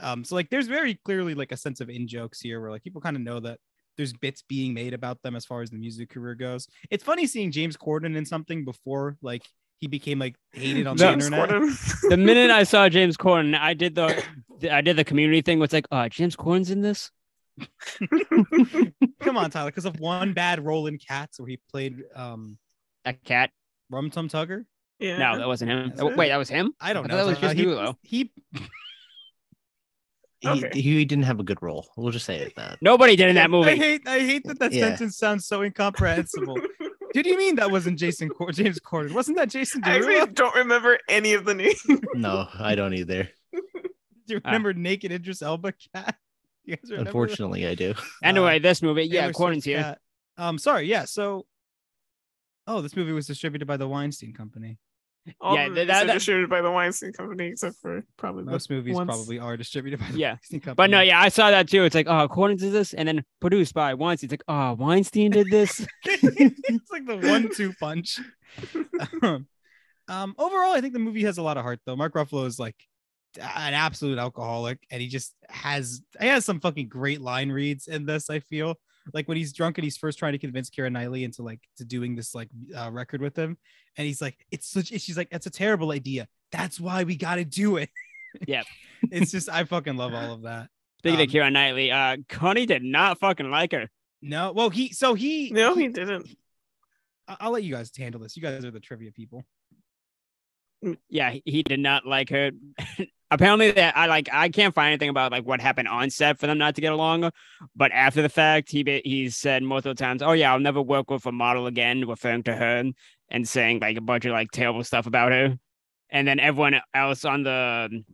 Um, so like, there's very clearly like a sense of in jokes here, where like people kind of know that there's bits being made about them as far as the music career goes. It's funny seeing James Corden in something before like he became like hated on the James internet. Mm-hmm. Corden. the minute I saw James Corden, I did the I did the community thing was like, oh James Corden's in this? Come on, Tyler, because of one bad role in Cats where he played um A cat. Rum Tum Tugger. yeah. No, that wasn't him. Mm-hmm. That's Oh, it. wait, that was him? I don't I thought know. that was Tyler. just he, Nulo. he He, Okay. he didn't have a good role. We'll just say it that. Nobody did in that movie. I hate I hate that that Yeah. sentence sounds so incomprehensible. Did you mean that wasn't Jason Cor- James Corden? Wasn't that Jason I Derulo? actually don't remember any of the names. No, I don't either. Do you remember Naked Idris Elba cat? You guys remember that? Unfortunately, I do. uh, Anyway, this movie, yeah, Taylor Corden's Swift here. cat. Um, sorry, yeah. So, oh, this movie was distributed by the Weinstein Company. All Yeah, the that- movies are that- distributed by the Weinstein Company, except for probably the- Most movies once- probably are distributed by the Yeah. Weinstein Company. But no, yeah, I saw that too. It's like, oh, Corden's is this, and then produced by Weinstein. It's like, oh, Weinstein did this. it's like the one-two punch. um, um, overall, I think the movie has a lot of heart, though. Mark Ruffalo is like an absolute alcoholic, and he just has he has some fucking great line reads in this. I feel like when he's drunk and he's first trying to convince Kira Knightley into like to doing this like uh, record with him, and he's like, "It's such," she's like, "That's a terrible idea. That's why we got to do it." Yep. it's just I fucking love all of that. Speaking Um, of Kira Knightley, uh, Connie did not fucking like her. No, well he so he No, he didn't. I- I'll let you guys handle this. You guys are the trivia people. Yeah, he- he did not like her. Apparently, that I like I can't find anything about like what happened on set for them not to get along, but after the fact, he ba- he said multiple times, "Oh yeah, I'll never work with a model again," referring to her and saying like a bunch of like terrible stuff about her, and then everyone else on the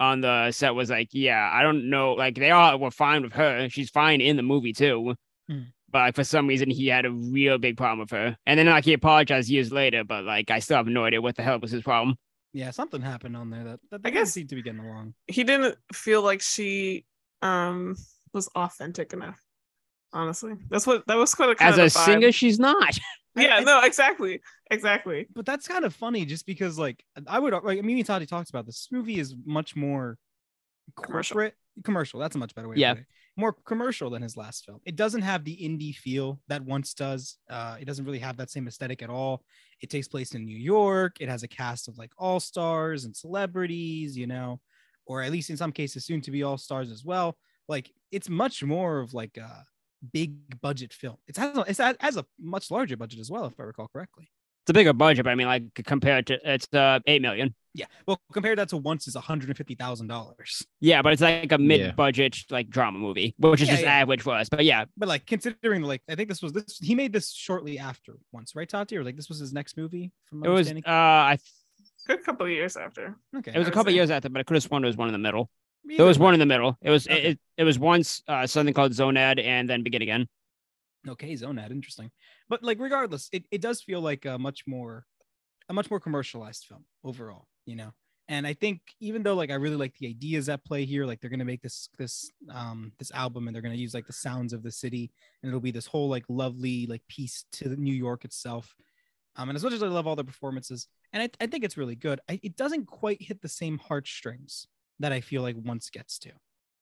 on the set was like, "Yeah, I don't know," like they all were fine with her. She's fine in the movie too, Hmm. but like for some reason he had a real big problem with her, and then like he apologized years later, but like I still have no idea what the hell was his problem. Yeah, something happened on there that, that I they didn't guess- seem to be getting along. He didn't feel like she um was authentic enough. Honestly, that's what that was quite a kind As of a the vibe. singer, she's not. I- Yeah, I- no, exactly, exactly. But that's kind of funny, just because like I would like Mimi Tati talks about this. this movie is much more Commercial. corporate commercial. That's a much better way. to Yeah. put it. more commercial than his last film. It doesn't have the indie feel that once does. Uh, it doesn't really have that same aesthetic at all. It takes place in New York. It has a cast of like all stars and celebrities, you know, or at least in some cases soon to be all stars as well. Like it's much more of like a big budget film. It's has a, it's a- has a much larger budget as well, if I recall correctly. It's a bigger budget, but I mean, like compared to it's uh eight million. Yeah. Well, compare that to once is one hundred and fifty thousand dollars. Yeah, but it's like a mid-budget like drama movie, which is Yeah, just yeah. average for us. But yeah, But like considering like I think this was this he made this shortly after once, right, Tati? Or like this was his next movie from my it was uh understanding. I Good couple of years after. okay. it was a I couple see. years after, but I could have sworn there was one in the middle. Either There was way. one in the middle. It was Okay. it, it was once uh something called Zonad and then Begin Again. Okay, zone ad, interesting. But like regardless, it, it does feel like a much more a much more commercialized film overall, you know. And I think even though like I really like the ideas at play here, like they're gonna make this this um this album and they're gonna use like the sounds of the city and it'll be this whole like lovely like piece to New York itself. Um, and as much as I love all the performances, and I, I think it's really good, I, it doesn't quite hit the same heartstrings that I feel like once gets to.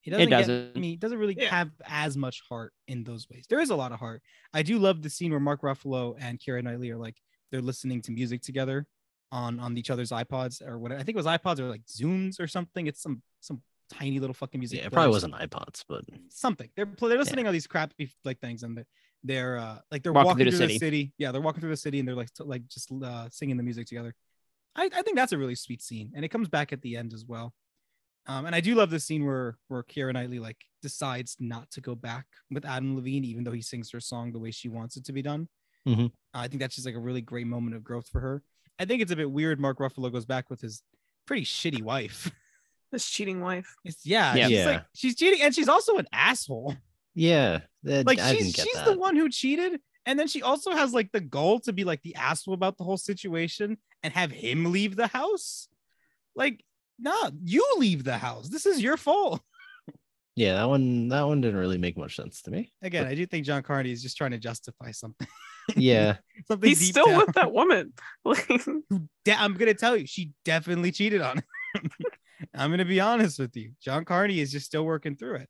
It doesn't, It doesn't. Get, I mean, it doesn't really Yeah. have as much heart in those ways. There is a lot of heart. I do love the scene where Mark Ruffalo and Kira Knightley are like they're listening to music together on on each other's iPods or whatever. I think it was iPods or like Zooms or something. It's some some tiny little fucking music. Yeah, it player probably or wasn't iPods, but something. They're pl- they're listening to all these crappy like things, and they're, they're uh, like they're walking, through, the, city. Yeah, they're walking through the city, and they're like t- like just uh, singing the music together. I, I think that's a really sweet scene, and it comes back at the end as well. Um, and I do love the scene where where Keira Knightley like decides not to go back with Adam Levine, even though he sings her song the way she wants it to be done. Uh, Mhm. I think that's just like a really great moment of growth for her. I think it's a bit weird. Mark Ruffalo goes back with his pretty shitty wife. This cheating wife. It's, yeah, Yeah. she's Yeah. like she's cheating, and she's also an asshole yeah, that, like I she's didn't get she's that. the one who cheated and then she also has like the goal to be like the asshole about the whole situation and have him leave the house like nah, you leave the house this is your fault Yeah, that one that one didn't really make much sense to me. again i do think john carney is just trying to justify something Yeah, something He's deep still down. with that woman. Like, De- i'm gonna tell you she definitely cheated on him i'm gonna be honest with you john carney is just still working through it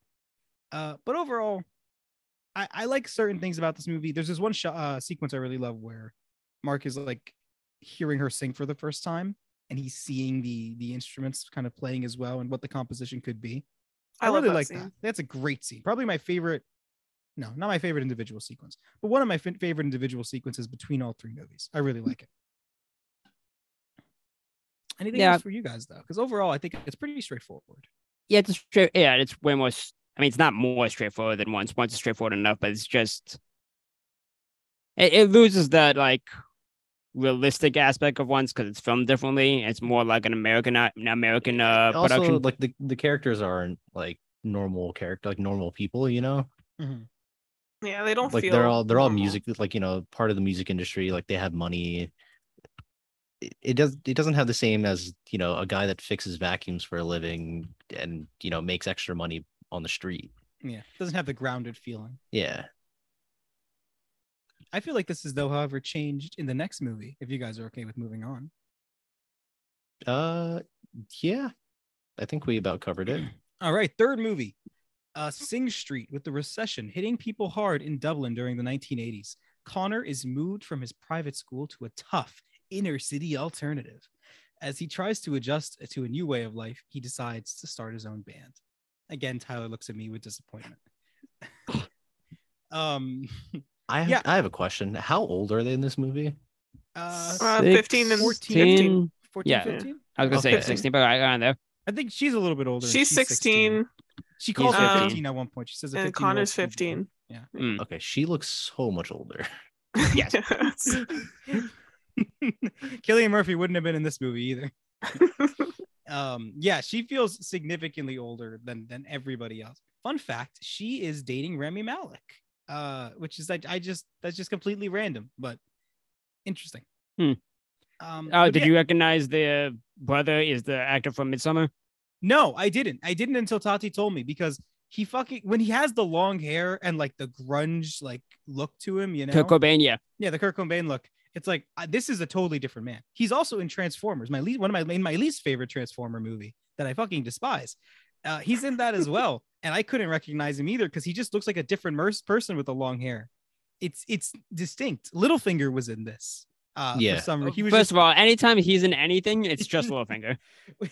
uh but overall I, I like certain things about this movie. There's this one shot, uh, sequence I really love where Mark is like hearing her sing for the first time, and he's seeing the the instruments kind of playing as well, and what the composition could be. I, I love really that like scene. that. That's a great scene. Probably my favorite. No, not my favorite individual sequence, but one of my fin- favorite individual sequences between all three movies. I really like it. Anything Yeah. else for you guys though? Because overall, I think it's pretty straightforward. Yeah, it's straight. Yeah, it's way more. s- I mean, it's not more straightforward than once. Once is straightforward enough, but it's just it, it loses that like realistic aspect of once because it's filmed differently. It's more like an American an American uh, also production. like the the characters aren't like normal character like normal people, you know. Mm-hmm. yeah, they don't like feel. they're all they're all normal. music like you know part of the music industry like they have money it, it does it doesn't have the same as you know a guy that fixes vacuums for a living and you know makes extra money on the street Yeah, doesn't have the grounded feeling. yeah I feel like this is though, however, changed in the next movie. If you guys are okay with moving on, uh yeah i think we about covered it all right, third movie, uh, Sing Street with the recession hitting people hard in Dublin during the 1980s. Connor is moved from his private school to a tough inner city alternative. As he tries to adjust to a new way of life, he decides to start his own band. Again, Tyler looks at me with disappointment. um, I have, Yeah. I have a question. How old are they in this movie? uh, Uh, 15 and 14, 15. 14, Yeah. 15? I was gonna say Okay. 16, but I got on there. I think she's a little bit older. and She's 16 She calls He's her 15. 15 at one point. She says, a and 15 -year-old Connor's should be 15. Mm. Okay, she looks so much older. Yes. born." Killian Murphy wouldn't have been in this movie either. Um, yeah, she feels significantly older than than everybody else. Fun fact: she is dating Remy Malik, uh, which is like I just that's just completely random, but interesting. Hmm. Um, Oh, but did yeah, you recognize the brother is the actor from Midsummer? No, I didn't. I didn't until Tati told me because he fucking when he has the long hair and like the grunge like look to him, you know. Kurt Cobain, yeah. Yeah, the Kurt Cobain look. It's like I, this is a totally different man. He's also in Transformers, my least one of my in my least favorite Transformer movie that I fucking despise. Uh, he's in that as well, and I couldn't recognize him either because he just looks like a different mers- person with the long hair. It's it's distinct. Littlefinger was in this. Uh, Yeah. For some, he was First of all, anytime he's in anything, it's just Littlefinger.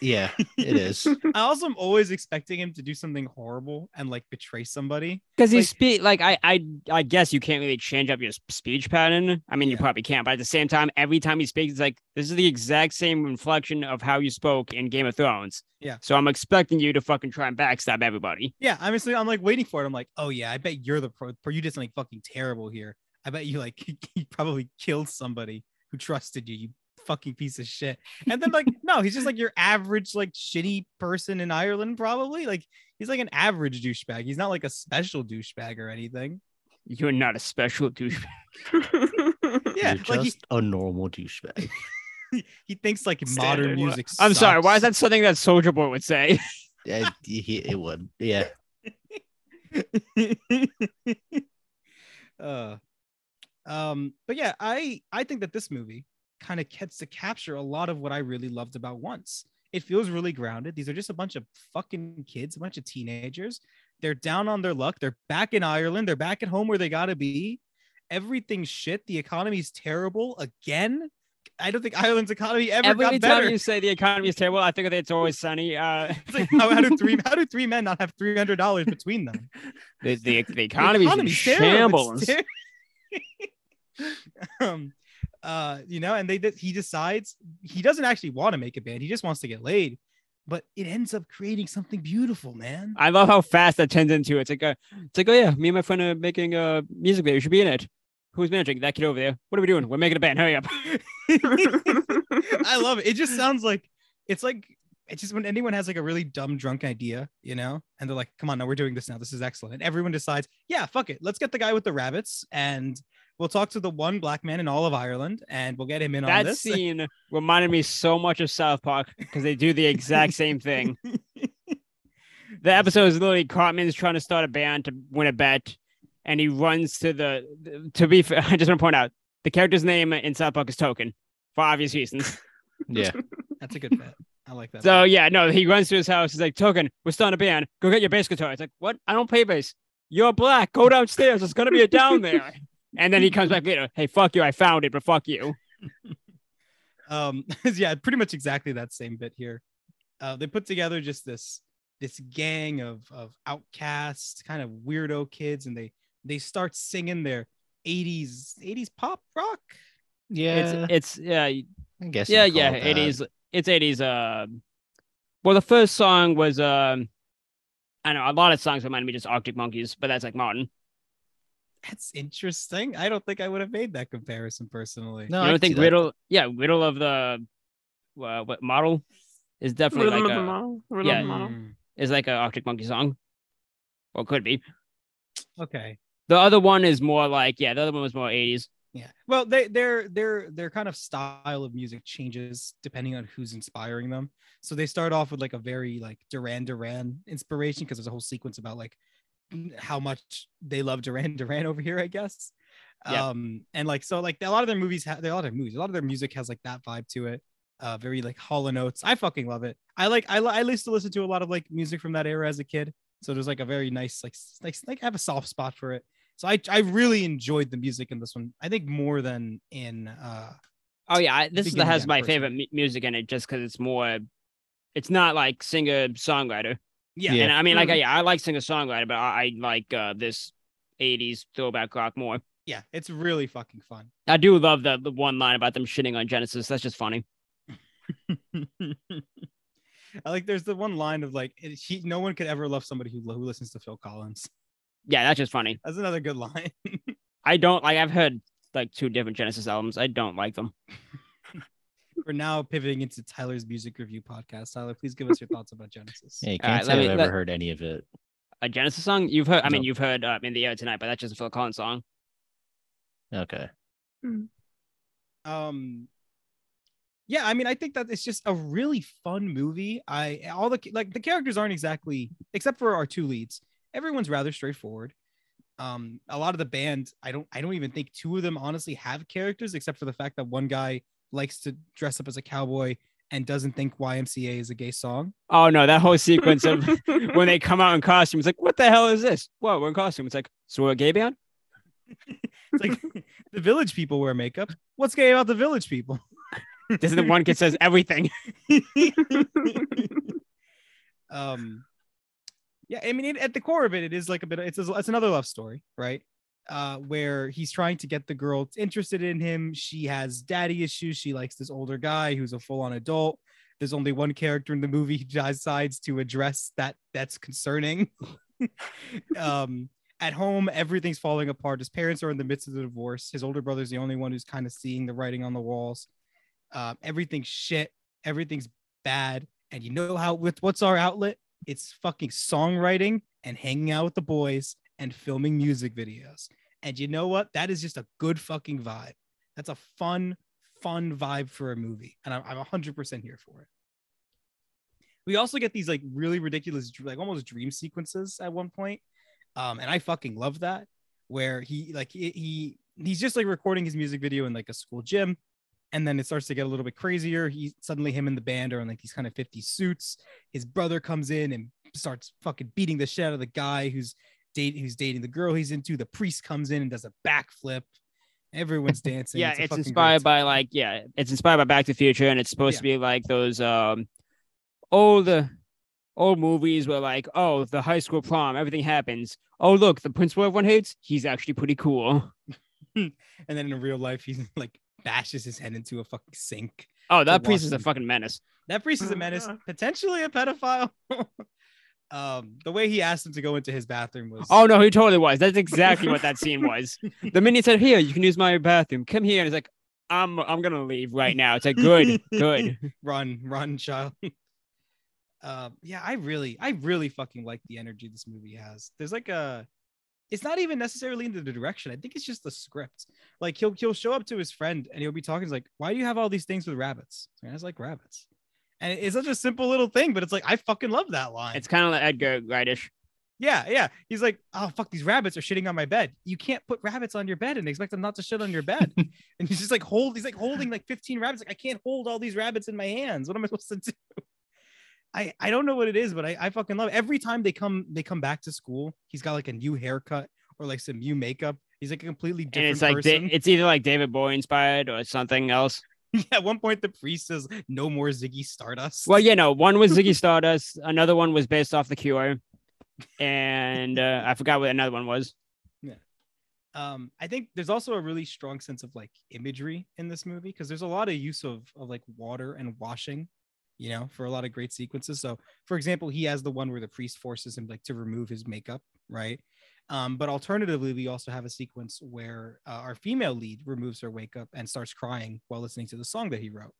Yeah, it is. just, I also am always expecting him to do something horrible and like betray somebody. Because he Like- speak like I, I I guess you can't really change up your s- speech pattern. I mean, you Yeah. probably can't, but at the same time, every time he speaks, it's like this is the exact same inflection of how you spoke in Game of Thrones. Yeah. So I'm expecting you to fucking try and backstab everybody. Yeah, honestly, I'm like waiting for it. I'm like, oh yeah, I bet you're the pro. pro- You did something fucking terrible here. I bet you like you probably killed somebody who trusted you. You fucking piece of shit. And then like, no, he's just like your average like shitty person in Ireland. Probably like he's like an average douchebag. He's not like a special douchebag or anything. You're not a special douchebag. Yeah, You're just like he, a normal douchebag. he thinks like modern Standard. music. I'm sorry. Why is sucks. that something that Soldier Boy would say? Yeah, he- he- it would. Yeah. uh, um, but yeah, I I think that this movie kind of gets to capture a lot of what I really loved about Once. It feels really grounded. These are just a bunch of fucking kids, a bunce of teenagers. They're down on their luck. They're back in Ireland. They're back at home where they gotta be. Everything's shit. The economy's terrible again. I don't think Ireland's economy ever Every got better. time you say the economy is terrible, I think that it's always sunny. Uh, It's like how, how do three how do three men not have three hundred dollars between them? the, the, the The economy's in economy's terrible. shambles. It's ter- um, uh, you know, and they did- he decides he doesn't actually want to make a band. He just wants to get laid, but it ends up creating something beautiful, man. I love how fast that turns into. It's like, a, it's like, oh yeah, me and my friend are making a music video. You should be in it. Who's managing that kid over there? What are we doing? We're making a band. Hurry up! I love it. It just sounds like it's like it's just when anyone has like a really dumb drunk idea, you know, and they're like, "Come on, no, we're doing this now. This is excellent." And everyone decides, "Yeah, fuck it. Let's get the guy with the rabbits, and we'll talk to the one black man in all of Ireland, and we'll get him in on that this." scene reminded me so much of South Park because they do the exact same thing. The episode is literally Cartman's trying to start a band to win a bet, and he runs to the. To be, fair, I just want to point out the character's name in South Park is Token for obvious reasons. Yeah. That's a good bet. I like that. So bet. yeah, no, he runs to his house. He's like, Token, we're starting a band. Go get your bass guitar. It's like, what? I don't play bass. You're black. Go downstairs. It's gonna be a down there. And then he comes back later. Hey, fuck you. I found it, but fuck you. um yeah pretty much exactly that same bit here uh they put together just this this gang of of outcasts kind of weirdo kids and they they start singing their 80s 80s pop rock Yeah. It's it's yeah I guess. yeah you'd yeah. call It that. is it's eighties. Um, well, the first song was um, I know a lot of songs remind me just Arctic Monkeys, but that's like modern. that's interesting i don't think i would have made that comparison personally No, You I don't can think see that. Riddle? Yeah, Riddle of the uh, what model is definitely Rhythm like of the a- model. Rhythm yeah. of the model. Mm, is like an Arctic Monkey song. Well, could be. okay The other one is more like, yeah, the other one was more 80s. yeah well they their their their kind of style of music changes depending on who's inspiring them so they start off with like a very like duran duran inspiration because there's a whole sequence about like how much they love Duran Duran over here, I guess. Yeah. Um, and like so, like a lot of their movies have a lot of their movies, a lot of their music has like that vibe to it. Uh, very like Hall and Oates. I fucking love it. I like I li- I used to listen to a lot of like music from that era as a kid. So there's like a very nice, like, s- like, like I have a soft spot for it. So I, I really enjoyed the music in this one. I think more than in uh Oh yeah, I, this is the- Beginning has again, my personally. favorite mu- music in it just because it's more. It's not like singer songwriter, yeah, Yeah. and I mean, like, Mhm. yeah, I like singer songwriter, but I, I like uh, this '80s throwback rock more. yeah, it's really fucking fun. I do love the, the one line about them shitting on Genesis. That's just funny. I like there's the one line of like it- she no one could ever love somebody who, who listens to Phil Collins. Yeah, that's just funny. That's another good line. I don't like. I've heard like two different Genesis albums. I don't like them. We're now pivoting into Tyler's music review podcast. Tyler, please give us your thoughts about Genesis. Yeah, you All right, can't say let I've me- ever let- heard any of it. A Genesis song you've heard. I mean, No. you've heard uh, in the air tonight, but that's just a Phil Collins song. Okay. um yeah i mean i think that it's just a really fun movie i all the like the characters aren't exactly except for our two leads everyone's rather straightforward um a lot of the band i don't i don't even think two of them honestly have characters except for the fact that one guy likes to dress up as a cowboy and doesn't think ymca is a gay song Oh no, that whole sequence of when they come out in costume, it's like, what the hell is this? Whoa, we're in costume. It's like, so we're gay band? it's like the village people wear makeup what's gay about the village people This is the one kid says everything. um yeah i mean it, at the core of it it is like a bit it's it's another love story right uh where he's trying to get the girl interested in him she has daddy issues she likes this older guy who's a full-on adult there's only one character in the movie who decides to address that that's concerning um at home everything's falling apart his parents are in the midst of the divorce his older brother's the only one who's kind of seeing the writing on the walls uh, everything's shit everything's bad and you know how with what's our outlet it's fucking songwriting and hanging out with the boys and filming music videos and you know what that is just a good fucking vibe that's a fun fun vibe for a movie and i'm, I'm 100% here for it we also get these like really ridiculous dr- like almost dream sequences at one point um and i fucking love that where he like he- he he's just like recording his music video in like a school gym and then it starts to get a little bit crazier. He suddenly him and the band are in like these kind of 50 suits. His brother comes in and starts fucking beating the shit out of the guy who's date who's dating the girl he's into. The priest comes in and does a backflip. Everyone's dancing. a yeah, it's, fucking great inspired by time. like, yeah, it's inspired by Back to the Future, and it's supposed to be like those um old old movies where like, oh, the high school prom, everything happens. Oh, look, the principal everyone hates, he's actually pretty cool. and then in real life he like bashes his head into a fucking sink. Oh, that The piece is a Watchmen. fucking menace. That priest is a Oh, menace, God. potentially a pedophile. um, the way he asked him to go into his bathroom was Oh no, he totally was. That's exactly what that scene was. The minute said, "Here, you can use my bathroom. Come here," and he's like, "I'm, I'm gonna leave right now." It's like, good, good. run, run, child. uh, yeah, I really, I really fucking like the energy this movie has. There's like a, it's not even necessarily into the direction. I think it's just the script. Like he'll he'll show up to his friend and he'll be talking. He's like, "Why do you have all these things with rabbits?" And I was like, "Rabbits," and it- it's such a simple little thing, but it's like I fucking love that line. It's kind of like Edgar Wrightish. yeah, yeah. He's like, "Oh fuck, these rabbits are shitting on my bed. You can't put rabbits on your bed and expect them not to shit on your bed." and he's just like hold. He's like holding like 15 rabbits. Like I can't hold all these rabbits in my hands. What am I supposed to do? I, I don't know what it is, but I, I fucking love it. every time they come they come back to school. He's got like a new haircut or like some new makeup. He's like a completely And different it's like da- person. it's either like David Bowie inspired or something else. At one point, the priest says, "No more Ziggy Stardust." Well, you know, one was Ziggy Stardust, another one was based off The Cure, and uh, I forgot what another one was. um i think there's also a really strong sense of like imagery in this movie because there's a lot of use of, of like water and washing you know for a lot of great sequences so for example he has the one where the priest forces him like to remove his makeup right um but alternatively we also have a sequence where uh, our female lead removes her wake up and starts crying while listening to the song that he wrote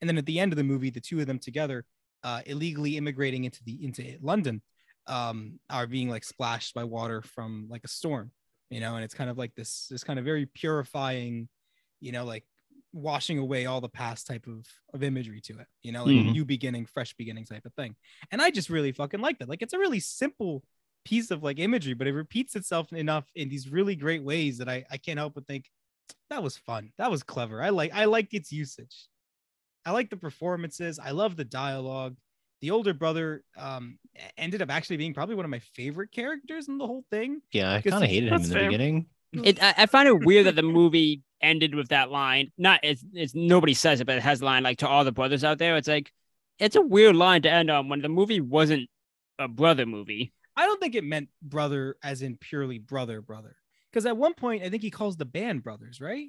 and then at the end of the movie the two of them together uh illegally immigrating into the into london um are being like splashed by water from like a storm you know and it's kind of like this this kind of very purifying you know like washing away all the past type of of imagery to it you know like Mhm. new beginning fresh beginning type of thing and i just really fucking like that like it's a really simple piece of like imagery but it repeats itself enough in these really great ways that i i can't help but think that was fun that was clever i like i liked its usage i like the performances i love the dialogue the older brother um, ended up actually being probably one of my favorite characters in the whole thing. Yeah, I Because kind of hated him that's in the fair. beginning. It, I, I find it weird that the movie ended with that line. Not it's, it's nobody says it, but it has a line like to all the brothers out there. It's like it's a weird line to end on when the movie wasn't a brother movie. I don't think it meant brother as in purely brother, brother. Because at one point, I think he calls the band brothers, right?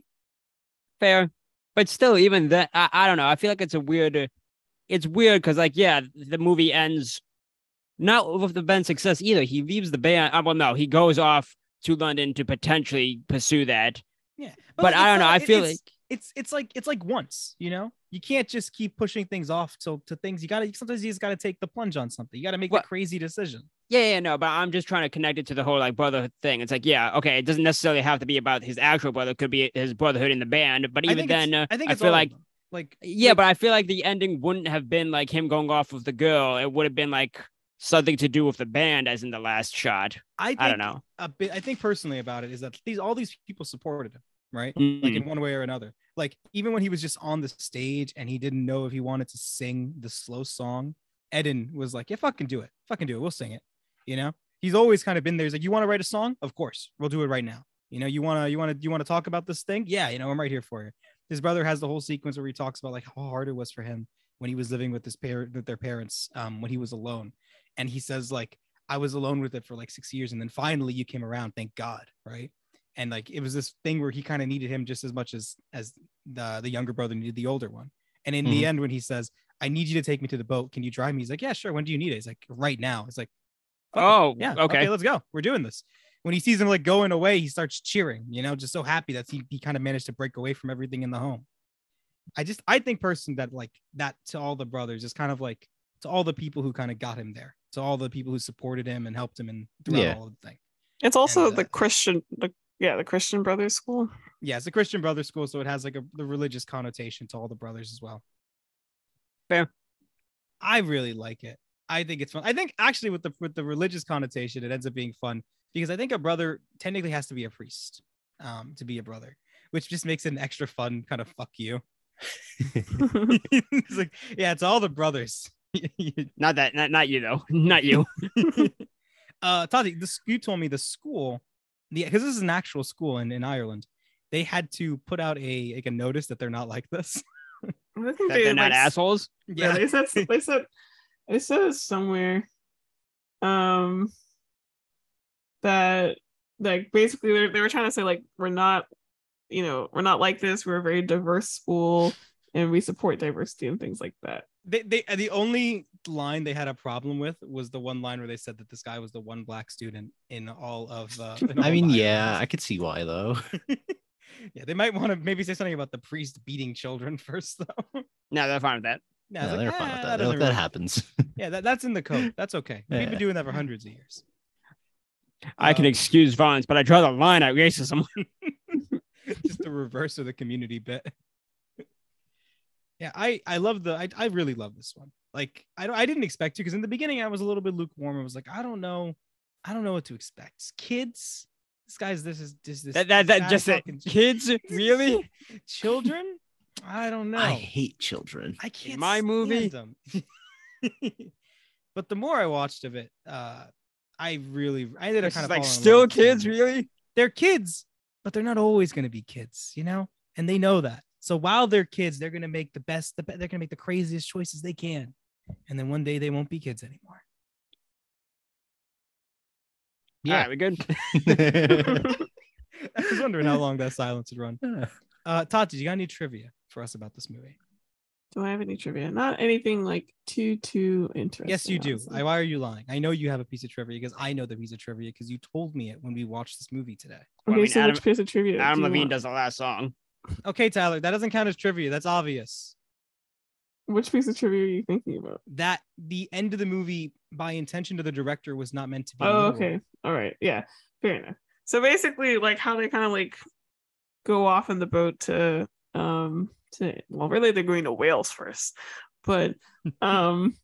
Fair, but still, even that I, I don't know. I feel like it's a weird. uh, It's weird because like yeah, the movie ends not with the band's success either. He leaves the band. uh, Well, no, he goes off to London to potentially pursue that. Yeah. But like, I it's don't know. not- I it- feel it's- like it's it's like it's like once you know you can't just keep pushing things off till to things you gotta sometimes you just gotta take the plunge on something you gotta make What- a crazy decision Yeah, yeah, no, but I'm just trying to connect it to the whole like brotherhood thing. It's like, yeah, okay, it doesn't necessarily have to be about his actual brother; it could be his brotherhood in the band. But I even think it's- then, uh, i think I it's feel all of like, them. like yeah, but I feel like the ending wouldn't have been like him going off with the girl. It would have been like something to do with the band, as in the last shot. i think I don't know. a bit i think personally about it is that these all these people supported him right like Mm. in one way or another like even when he was just on the stage and he didn't know if he wanted to sing the slow song eden was like yeah fucking do it fucking do it we'll sing it you know he's always kind of been there he's like you want to write a song of course we'll do it right now you know you want to you want to you want to talk about this thing yeah you know i'm right here for you his brother has the whole sequence where he talks about like how hard it was for him when he was living with his parent with their parents um when he was alone and he says like i was alone with it for like six years and then finally you came around thank god right and like it was this thing where he kind of needed him just as much as as the the younger brother needed the older one and in the end when he says i need you to take me to the boat can you drive me he's like yeah sure when do you need it he's like right now it's like fuck it. oh, yeah okay. let's go we're doing this when he sees him like going away he starts cheering you know just so happy that he, he kind of managed to break away from everything in the home i just i think person that like that to all the brothers is kind of like to all the people who kind of got him there to all the people who supported him and helped him and throughout Yeah. all of the thing It's also And, uh, the Christian, the yeah, the Christian Brothers School. yeah it's a christian brother school so it has like a the religious connotation to all the brothers as well Fair. i really like it i think it's fun i think actually with the with the religious connotation it ends up being fun because i think a brother technically has to be a priest um to be a brother which just makes it an extra fun kind of fuck you it's like yeah it's all the brothers Not that, not, not you though, not you. uh Tati, this you told me the school, yeah, because this is an actual school in, in Ireland. They had to put out a like a notice that they're not like this. I think that they're not like, s- assholes. Yeah, they said they said they said somewhere um that like basically they they were trying to say like we're not you know we're not like this we're a very diverse school and we support diversity and things like that. they, they uh, the only line they had a problem with was the one line where they said that this guy was the one black student in all of. Uh, in all I of mean, Ireland. yeah, I could see why though. yeah, they might want to maybe say something about the priest beating children first, though. No, they're fine with that. No, Yeah, it's like, they're fine "Ah, with doesn't that. That, really- that happens. Yeah, that, that's in the code. That's okay. We've Yeah. been doing that for hundreds of years. I can Um, excuse violence, but I draw the line at racism. just the reverse of the community bit. Yeah, I I love the I, I really love this one. Like I don't I didn't expect to because in the beginning I was a little bit lukewarm. I was like I don't know, I don't know what to expect. Kids, this guy's this is this this that, that, this that guy just it. talking- Kids, really? children. I don't know. I I, hate children. can't my stand movie? them. but the more I watched of it, uh, I really I ended up It's kind just of like falling in still love with the kids, movie really? they're kids, but they're not always going to be kids, you know? And they know that. So while they're kids, they're going to make the best, the, be- they're going to make the craziest choices they can. And then one day they won't be kids anymore. Yeah, Yeah. we good. I was wondering how long that silence would run. Uh, Tati, you got any trivia for us about this movie? Do I have any trivia? Not anything like too too interesting. Yes, you do. honestly. I, why are you lying? I know you have a piece of trivia because I know the piece of trivia because you told me it when we watched this movie today. Well, I okay, mean, so Adam- which piece of trivia? do Adam you Levine want? does the last song. Okay, Tyler, that doesn't count as trivia. That's obvious. Which piece of trivia are you thinking about? That the end of the movie, by intention of the director, was not meant to be. Oh, literal. okay. All right. Yeah. Fair enough. So basically, like how they kind of like go off in the boat to um to well, really they're going to Wales first, but um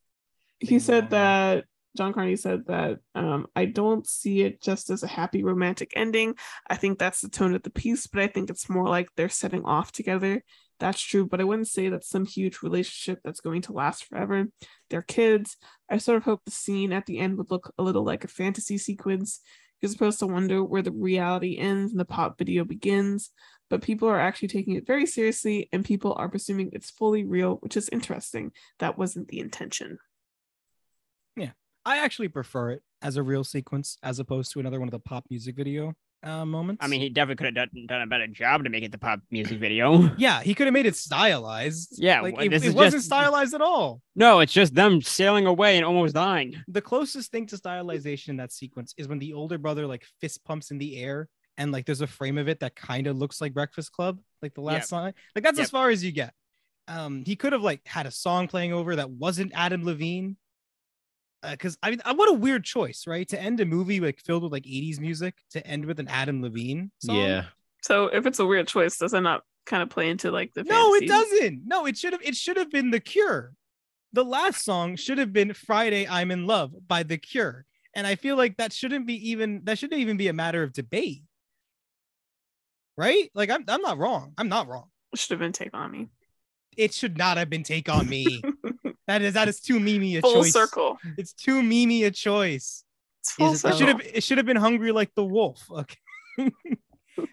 he Things said along that. that John Carney said that um I don't see it just as a happy romantic ending. I think that's the tone of the piece, but I think it's more like they're setting off together That's true, but I wouldn't say that's some huge relationship that's going to last forever. They're kids. I sort of hope the scene at the end would look a little like a fantasy sequence. You're supposed to wonder where the reality ends and the pop video begins, but people are actually taking it very seriously and people are presuming it's fully real, which is interesting. That wasn't the intention. I actually prefer it as a real sequence as opposed to another one of the pop music video uh, moments. I mean, he definitely could have done, done a better job to make it the pop music video. yeah, he could have made it stylized. Yeah, like well, it, this it is wasn't just- stylized at all. No, it's just them sailing away and almost dying. The closest thing to stylization in that sequence is when the older brother like fist pumps in the air and like there's a frame of it that kind of looks like Breakfast Club, like the last Yep. song. Like that's as Yep. far as you get. Um, he could have like had a song playing over that wasn't Adam Levine. Because I mean, uh, what a weird choice, right? To end a movie like filled with like 80s music to end with an Adam Levine song. Yeah. So if it's a weird choice, does it not kind of play into like the No, it fantasy? doesn't. No, it should have it should have been The Cure. The last song should have been Friday I'm in Love by The Cure. And I feel like that shouldn't be even that shouldn't even be a matter of debate. Right? Like I'm I'm not wrong. I'm not wrong. Should have been take on me. It should not have been take on me. that is that is too memey a Full choice. circle. It's too memey a choice. It's full Is it though? It circle. should have it should have been hungry like the wolf. Okay.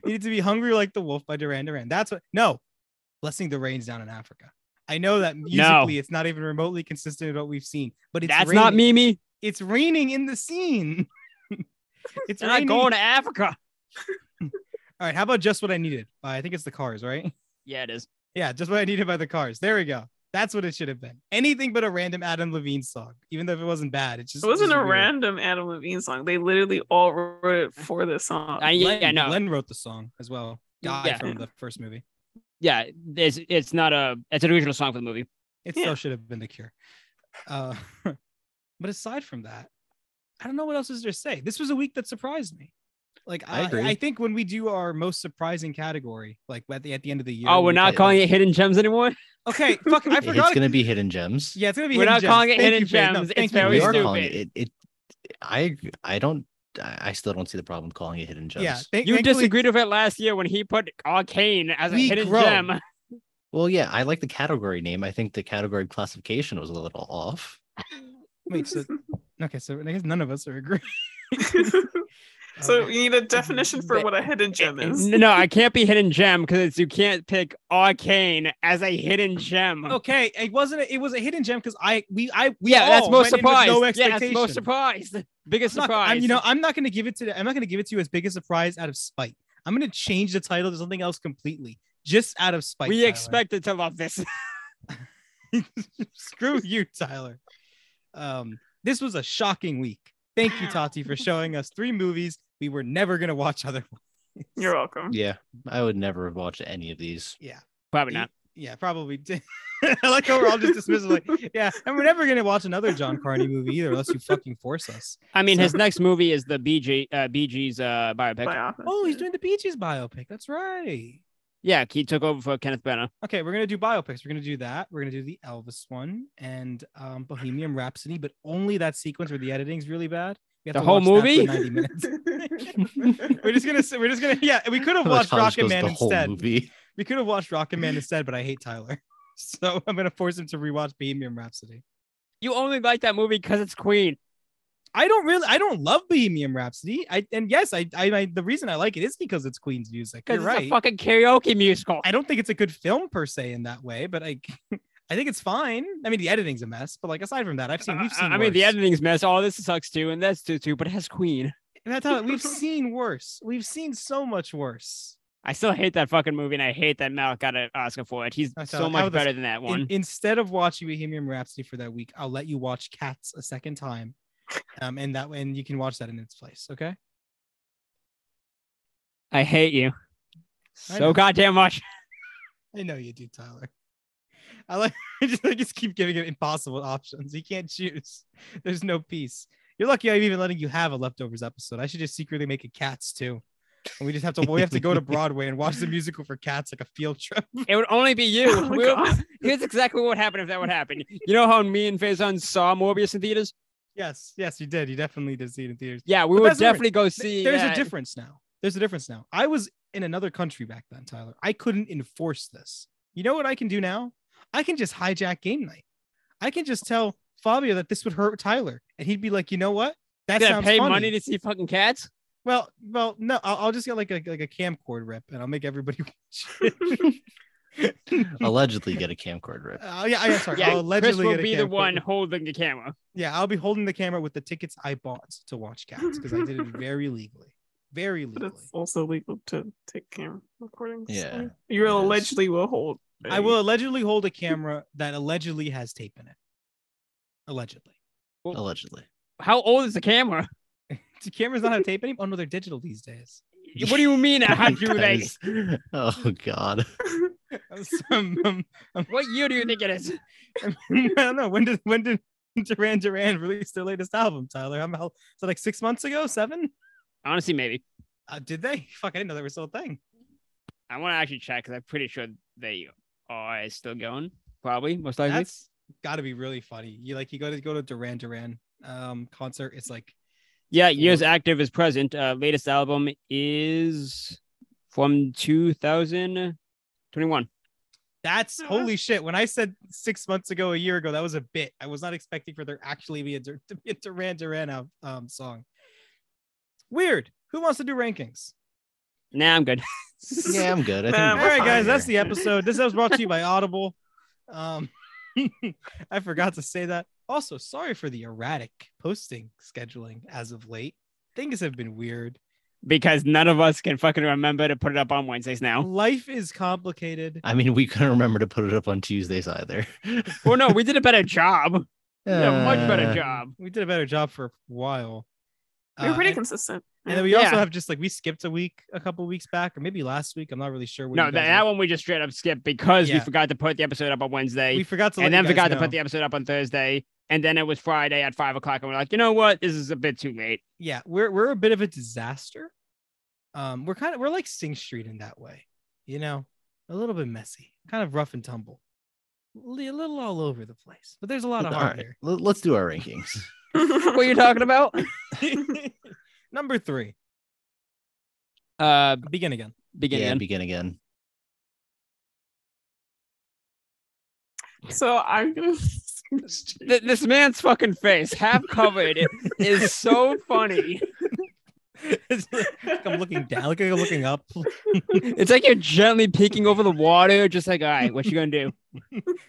Needed to be hungry like the wolf by Duran Duran. That's what no. Blessing the rains down in Africa. I know that musically it's not even remotely consistent with what we've seen, but it's That's raining. not Mimi. It's raining in the scene. it's They're raining. not going to Africa. All right, how about just what I needed? Uh, I think it's the cars, right? Yeah, it is. Yeah, just what I needed by the cars. There we go. That's what it should have been. Anything but a random Adam Levine song, even though if it wasn't bad. It just It wasn't was a weird. random Adam Levine song. They literally all wrote it for this song. I, Glenn, yeah, no. Glenn wrote the song as well. Guy Yeah. from the first movie. Yeah, it's, it's not a. It's an original song for the movie. It Yeah. still should have been the cure. Uh, but aside from that, I don't know what else is there to say. This was a week that surprised me. Like I, I agree. I, think when we do our most surprising category, like at the at the end of the year. oh, we we're do- not calling it hidden gems anymore. Okay, fuck. I It's forgot. gonna be hidden gems. yeah, it's gonna be. We're hidden not gems. calling it Thank hidden you, Faye. No, gems. It's thank you, very we Faye. are stupid. calling it, it. It. I. I don't. I I still don't see the problem calling it hidden gems. Yeah, thank, You thankfully- disagreed with it last year when he put arcane as a We hidden grow. gem. Well, yeah, I like the category name. I think the category classification was a little off. Wait, so okay, so I guess none of us are agreeing. so Okay. you need a definition for what a hidden gem is. N- No, I can't be hidden gem because you can't pick arcane as a hidden gem. okay, it wasn't. A, it was a hidden gem because I we I we yeah, that's all most went in with surprised. No yeah, expectation. that's most surprised. Biggest I'm not- surprise. I'm, you know, I'm not going to give it to. I'm not going to give it to you as big a surprise out of spite. I'm going to change the title to something else completely, just out of spite. we Tyler. expected to love this. Screw you, Tyler. Um, this was a shocking week. Thank you, Tati, for showing us three movies we were never going to watch. Other. You're welcome. Mm-hmm. Yeah, I would never have watched any of these. Yeah. Probably You- not. Yeah, probably. Did. I like how we're all just dismissive. Like, yeah, and we're never going to watch another John Carney movie either, unless you fucking force us. I mean, so- his next movie is the BG uh, BG's uh, biopic. By often. Oh, he's doing the Beaches biopic. That's right. Yeah, he took over for Kenneth Branagh. okay, we're gonna do biopics. We're gonna do that. We're gonna do the Elvis one and um, Bohemian Rhapsody, but only that sequence where the editing's really bad. We The whole watch that for movie? 90 minutes. we're just gonna. s- We're just gonna. Yeah, we could have I like watched how this Rocket goes Man the whole instead. movie. We could have watched Rocket Man instead, but I hate Tyler, so I'm gonna force him to rewatch Bohemian Rhapsody. You only like that movie because it's Queen. I don't really. I don't love Bohemian Rhapsody. I and yes, I. I, I the reason I like it is because it's Queen's music. You're Because it's right. a fucking karaoke musical. I don't think it's a good film per se in that way, but I, I think it's fine. I mean, the editing's a mess, but like aside from that, I've seen we've Uh, seen. I mean, the worse. editing's mess. All this sucks too, and that's too too. But it has Queen. That's how we've seen worse. We've seen so much worse. I still hate that fucking movie, and I hate that Malik got an Oscar for it. He's I saw- so how much this- better than that In- one. instead of watching Bohemian Rhapsody for that week, I'll let you watch Cats a second time, um, and that and you can watch that in its place. Okay. I hate you I so know. goddamn much. I know you do, Tyler. I like I just, I just keep giving him impossible options. He can't choose. There's no peace. You're lucky I'm even letting you have a leftovers episode. I should just secretly make a cats too. And we just have to we have to go to Broadway and watch the musical for cats like a field trip. It would only be you. Oh my We'll- God. here's exactly what would happen if that would happen. You know how me and Faison saw Morbius in theaters? Yes, yes, you did. You definitely did see it in theaters. Yeah, we But would that's different. definitely go see. uh, There's that. a difference now. There's a difference now. I was in another country back then, Tyler. I couldn't enforce this. You know what I can do now? I can just hijack game night. I can just tell Fabio that this would hurt Tyler, and he'd be like, you know what? That Did I sounds pay funny. money to see fucking cats? Well, well, no, I'll, I'll just get like a like a camcord rep, and I'll make everybody watch it. Allegedly get a camcord rip. Uh, yeah, yeah, sorry. Yeah, I'll Chris allegedly will get a be the camcorder. one holding the camera. Yeah, I'll be holding the camera with the tickets I bought to watch Cats because I did it very legally, very But legally. it's also legal to take camera recordings. Yeah, You it is. allegedly will hold. I a- will allegedly hold a camera that allegedly has tape in it. Allegedly, Allegedly. How old is the camera? do cameras not have tape anymore? Oh no, they're digital these days. What do you mean? How do they? Because- Oh god. Um, um, What year do you think it is? I don't know. When did when did Duran Duran release their latest album, Tyler? I'm how, is that like six months ago, seven? Honestly, maybe. Uh, did they? Fuck, I didn't know they were still a thing. I want to actually check because I'm pretty sure they are still going. Probably, most likely. That's got to be really funny. You like you go to go to Duran Duran um concert. It's like yeah, years active is present. Uh, latest album is from 2021. That's Yeah, holy shit. When I said six months ago, a year ago, that was a bit. I was not expecting for there actually be a, Dur- to be a Duran Duran out- um, song. Weird. Who wants to do rankings? Nah, I'm good. Yeah, I'm good. I think Nah, we're All right, fine guys, that's here. the episode. This was brought to you by Audible. Um, I forgot to say that. Also, sorry for the erratic posting scheduling as of late. Things have been weird. because none of us can fucking remember to put it up on Wednesdays now. Life is complicated. I mean, we couldn't remember to put it up on Tuesdays either. Well, no, we did a better job. Yeah, much better Uh, job. We did a better job for a while. We're Uh, pretty and- consistent. And then we Uh, Yeah. also have just like we skipped a week a couple weeks back, or maybe last week. I'm not really sure. what No, you that, guys that were- one we just straight up skipped because we Yeah. forgot to put the episode up on Wednesday we forgot to. and let then you guys forgot to put know. the episode up on Thursday. And then it was Friday at five o'clock. And we're like, you know what? This is a bit too late. Yeah, we're we're a bit of a disaster. Um, we're kind of we're like Sing Street in that way, you know, a little bit messy, kind of rough and tumble, Li- a little all over the place. But there's a lot of Uh, All heart right, let- let's do our rankings. What are you talking about? here. Number three, Uh, begin again. beginning. yeah, again. begin again. So I'm gonna. Th- this man's fucking face, half covered, is so funny. It's like I'm looking down, like I'm looking up. It's like you're gently peeking over the water, just like, all right, what you gonna do?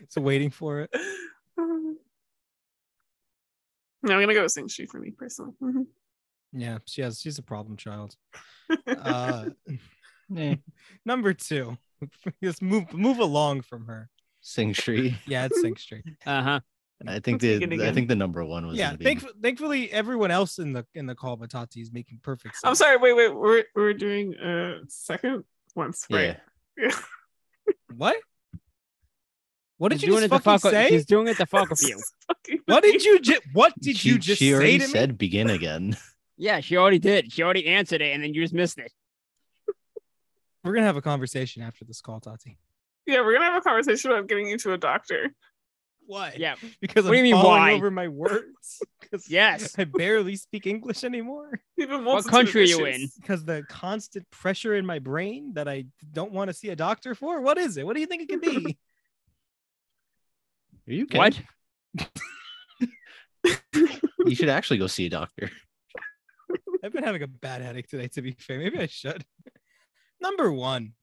It's waiting for it. Um, I'm gonna go with Sing Street for me personally. Mhm. Yeah, she has. She's a problem child. Uh, eh, Number two, just move move along from her. Sing Street. Yeah, it's Sink Street. Uh huh. I think the Begin I again. think the number one was yeah, gonna be- thankf- thankfully everyone else in the in the call but Tati is making perfect sense. I'm sorry. Wait, wait. We're we're doing uh second once, right? Yeah. What? What did He's you doing just it to fucking fuck with- say? He's doing it to fuck with you. Fucking- What did you just What did She- you just she say already to me? said begin again. Yeah, she already did. She already answered it, and then you just missed it. We're gonna have a conversation after this call, Tati. Yeah, we're gonna have a conversation about getting you to a doctor. Why? Yeah. Because What do I'm you mean, falling why? over my words. 'Cause Yes. I barely speak English anymore. We've been What multitude of country are you issues. in? Because the constant pressure in my brain that I don't want to see a doctor for. What is it? What do you think it could be? Are you okay? What? You should actually go see a doctor. I've been having a bad headache today, to be fair. Maybe I should. Number one.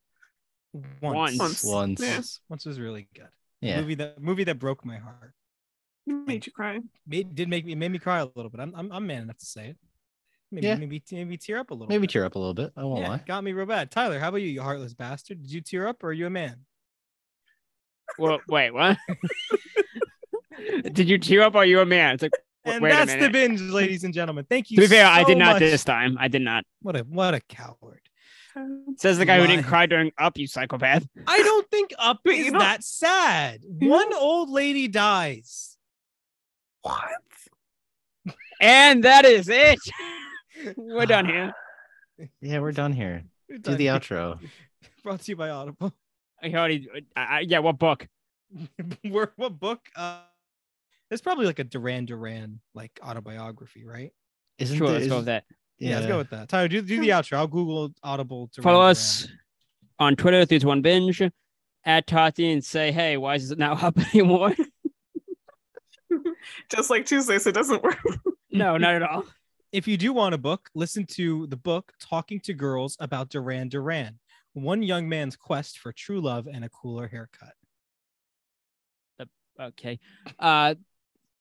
Once. Once. Once. Yeah. Once was really good. Yeah. Movie that movie that broke my heart. It made you cry. Made did make me it made me cry a little bit. I'm I'm, I'm man enough to say it. Maybe Yeah. maybe maybe tear up a little. Maybe bit. tear up a little bit. I won't Yeah, lie. got me real bad. Tyler, how about you, you heartless bastard? Did you tear up or are you a man? Well, wait, what? did you tear up? Or are you a man? It's like, w- And wait a that's the minute. binge, ladies and gentlemen. Thank you. to be fair, I so did not much. this time. I did not. What a what a coward. Um, Says the guy who didn't Lie. cry during Up, you psychopath. I don't think up Wait, is you don't- that sad. You One old lady dies. What? And that is it. We're done here. Yeah, we're done here. Do the outro. Brought to you by Audible. I already, I, I, yeah, what book? Where, what book? Uh, it's probably like a Duran Duran like autobiography, right? Isn't Sure, there- let's go isn't- with that. Yeah, let's go with that. Tyler, do, do the outro. I'll Google Audible. Duran Follow Duran. us on Twitter through to One Binge. at Tati and say, "Hey, why is it not up anymore?" Just like Tuesdays, it doesn't work. no, not at all. if you do want a book, listen to the book Talking to Girls about Duran Duran, One Young Man's Quest for True Love and a Cooler Haircut. Okay. Uh,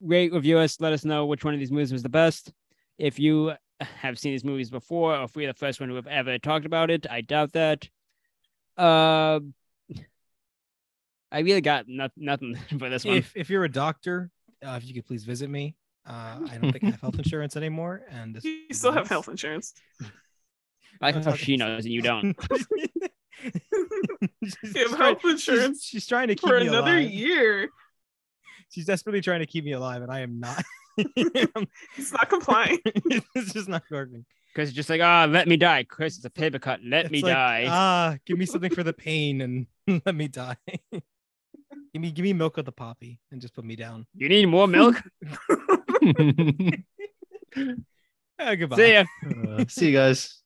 rate, review us. Let us know which one of these movies was the best. If you have seen these movies before, or if we're the first one who have ever talked about it, I doubt that. Uh, I really got no- nothing for this one. If, if you're a doctor, uh, if you could please visit me. Uh, I don't think I have health insurance anymore. And this You still have health insurance. I I'm like how she talking- knows and you don't. she's, You trying, have health she's, insurance she's trying to keep for me another alive. year. She's desperately trying to keep me alive, and I am not. It's not complying. it's just not working. Chris is just like, ah, let me die. Chris, it's a paper cut. Let me It's like, die. Ah, give me something for the pain and let me die. give me give me milk of the poppy and just put me down. you need more milk? Ah, goodbye. See ya. Eh, Uh, see you guys.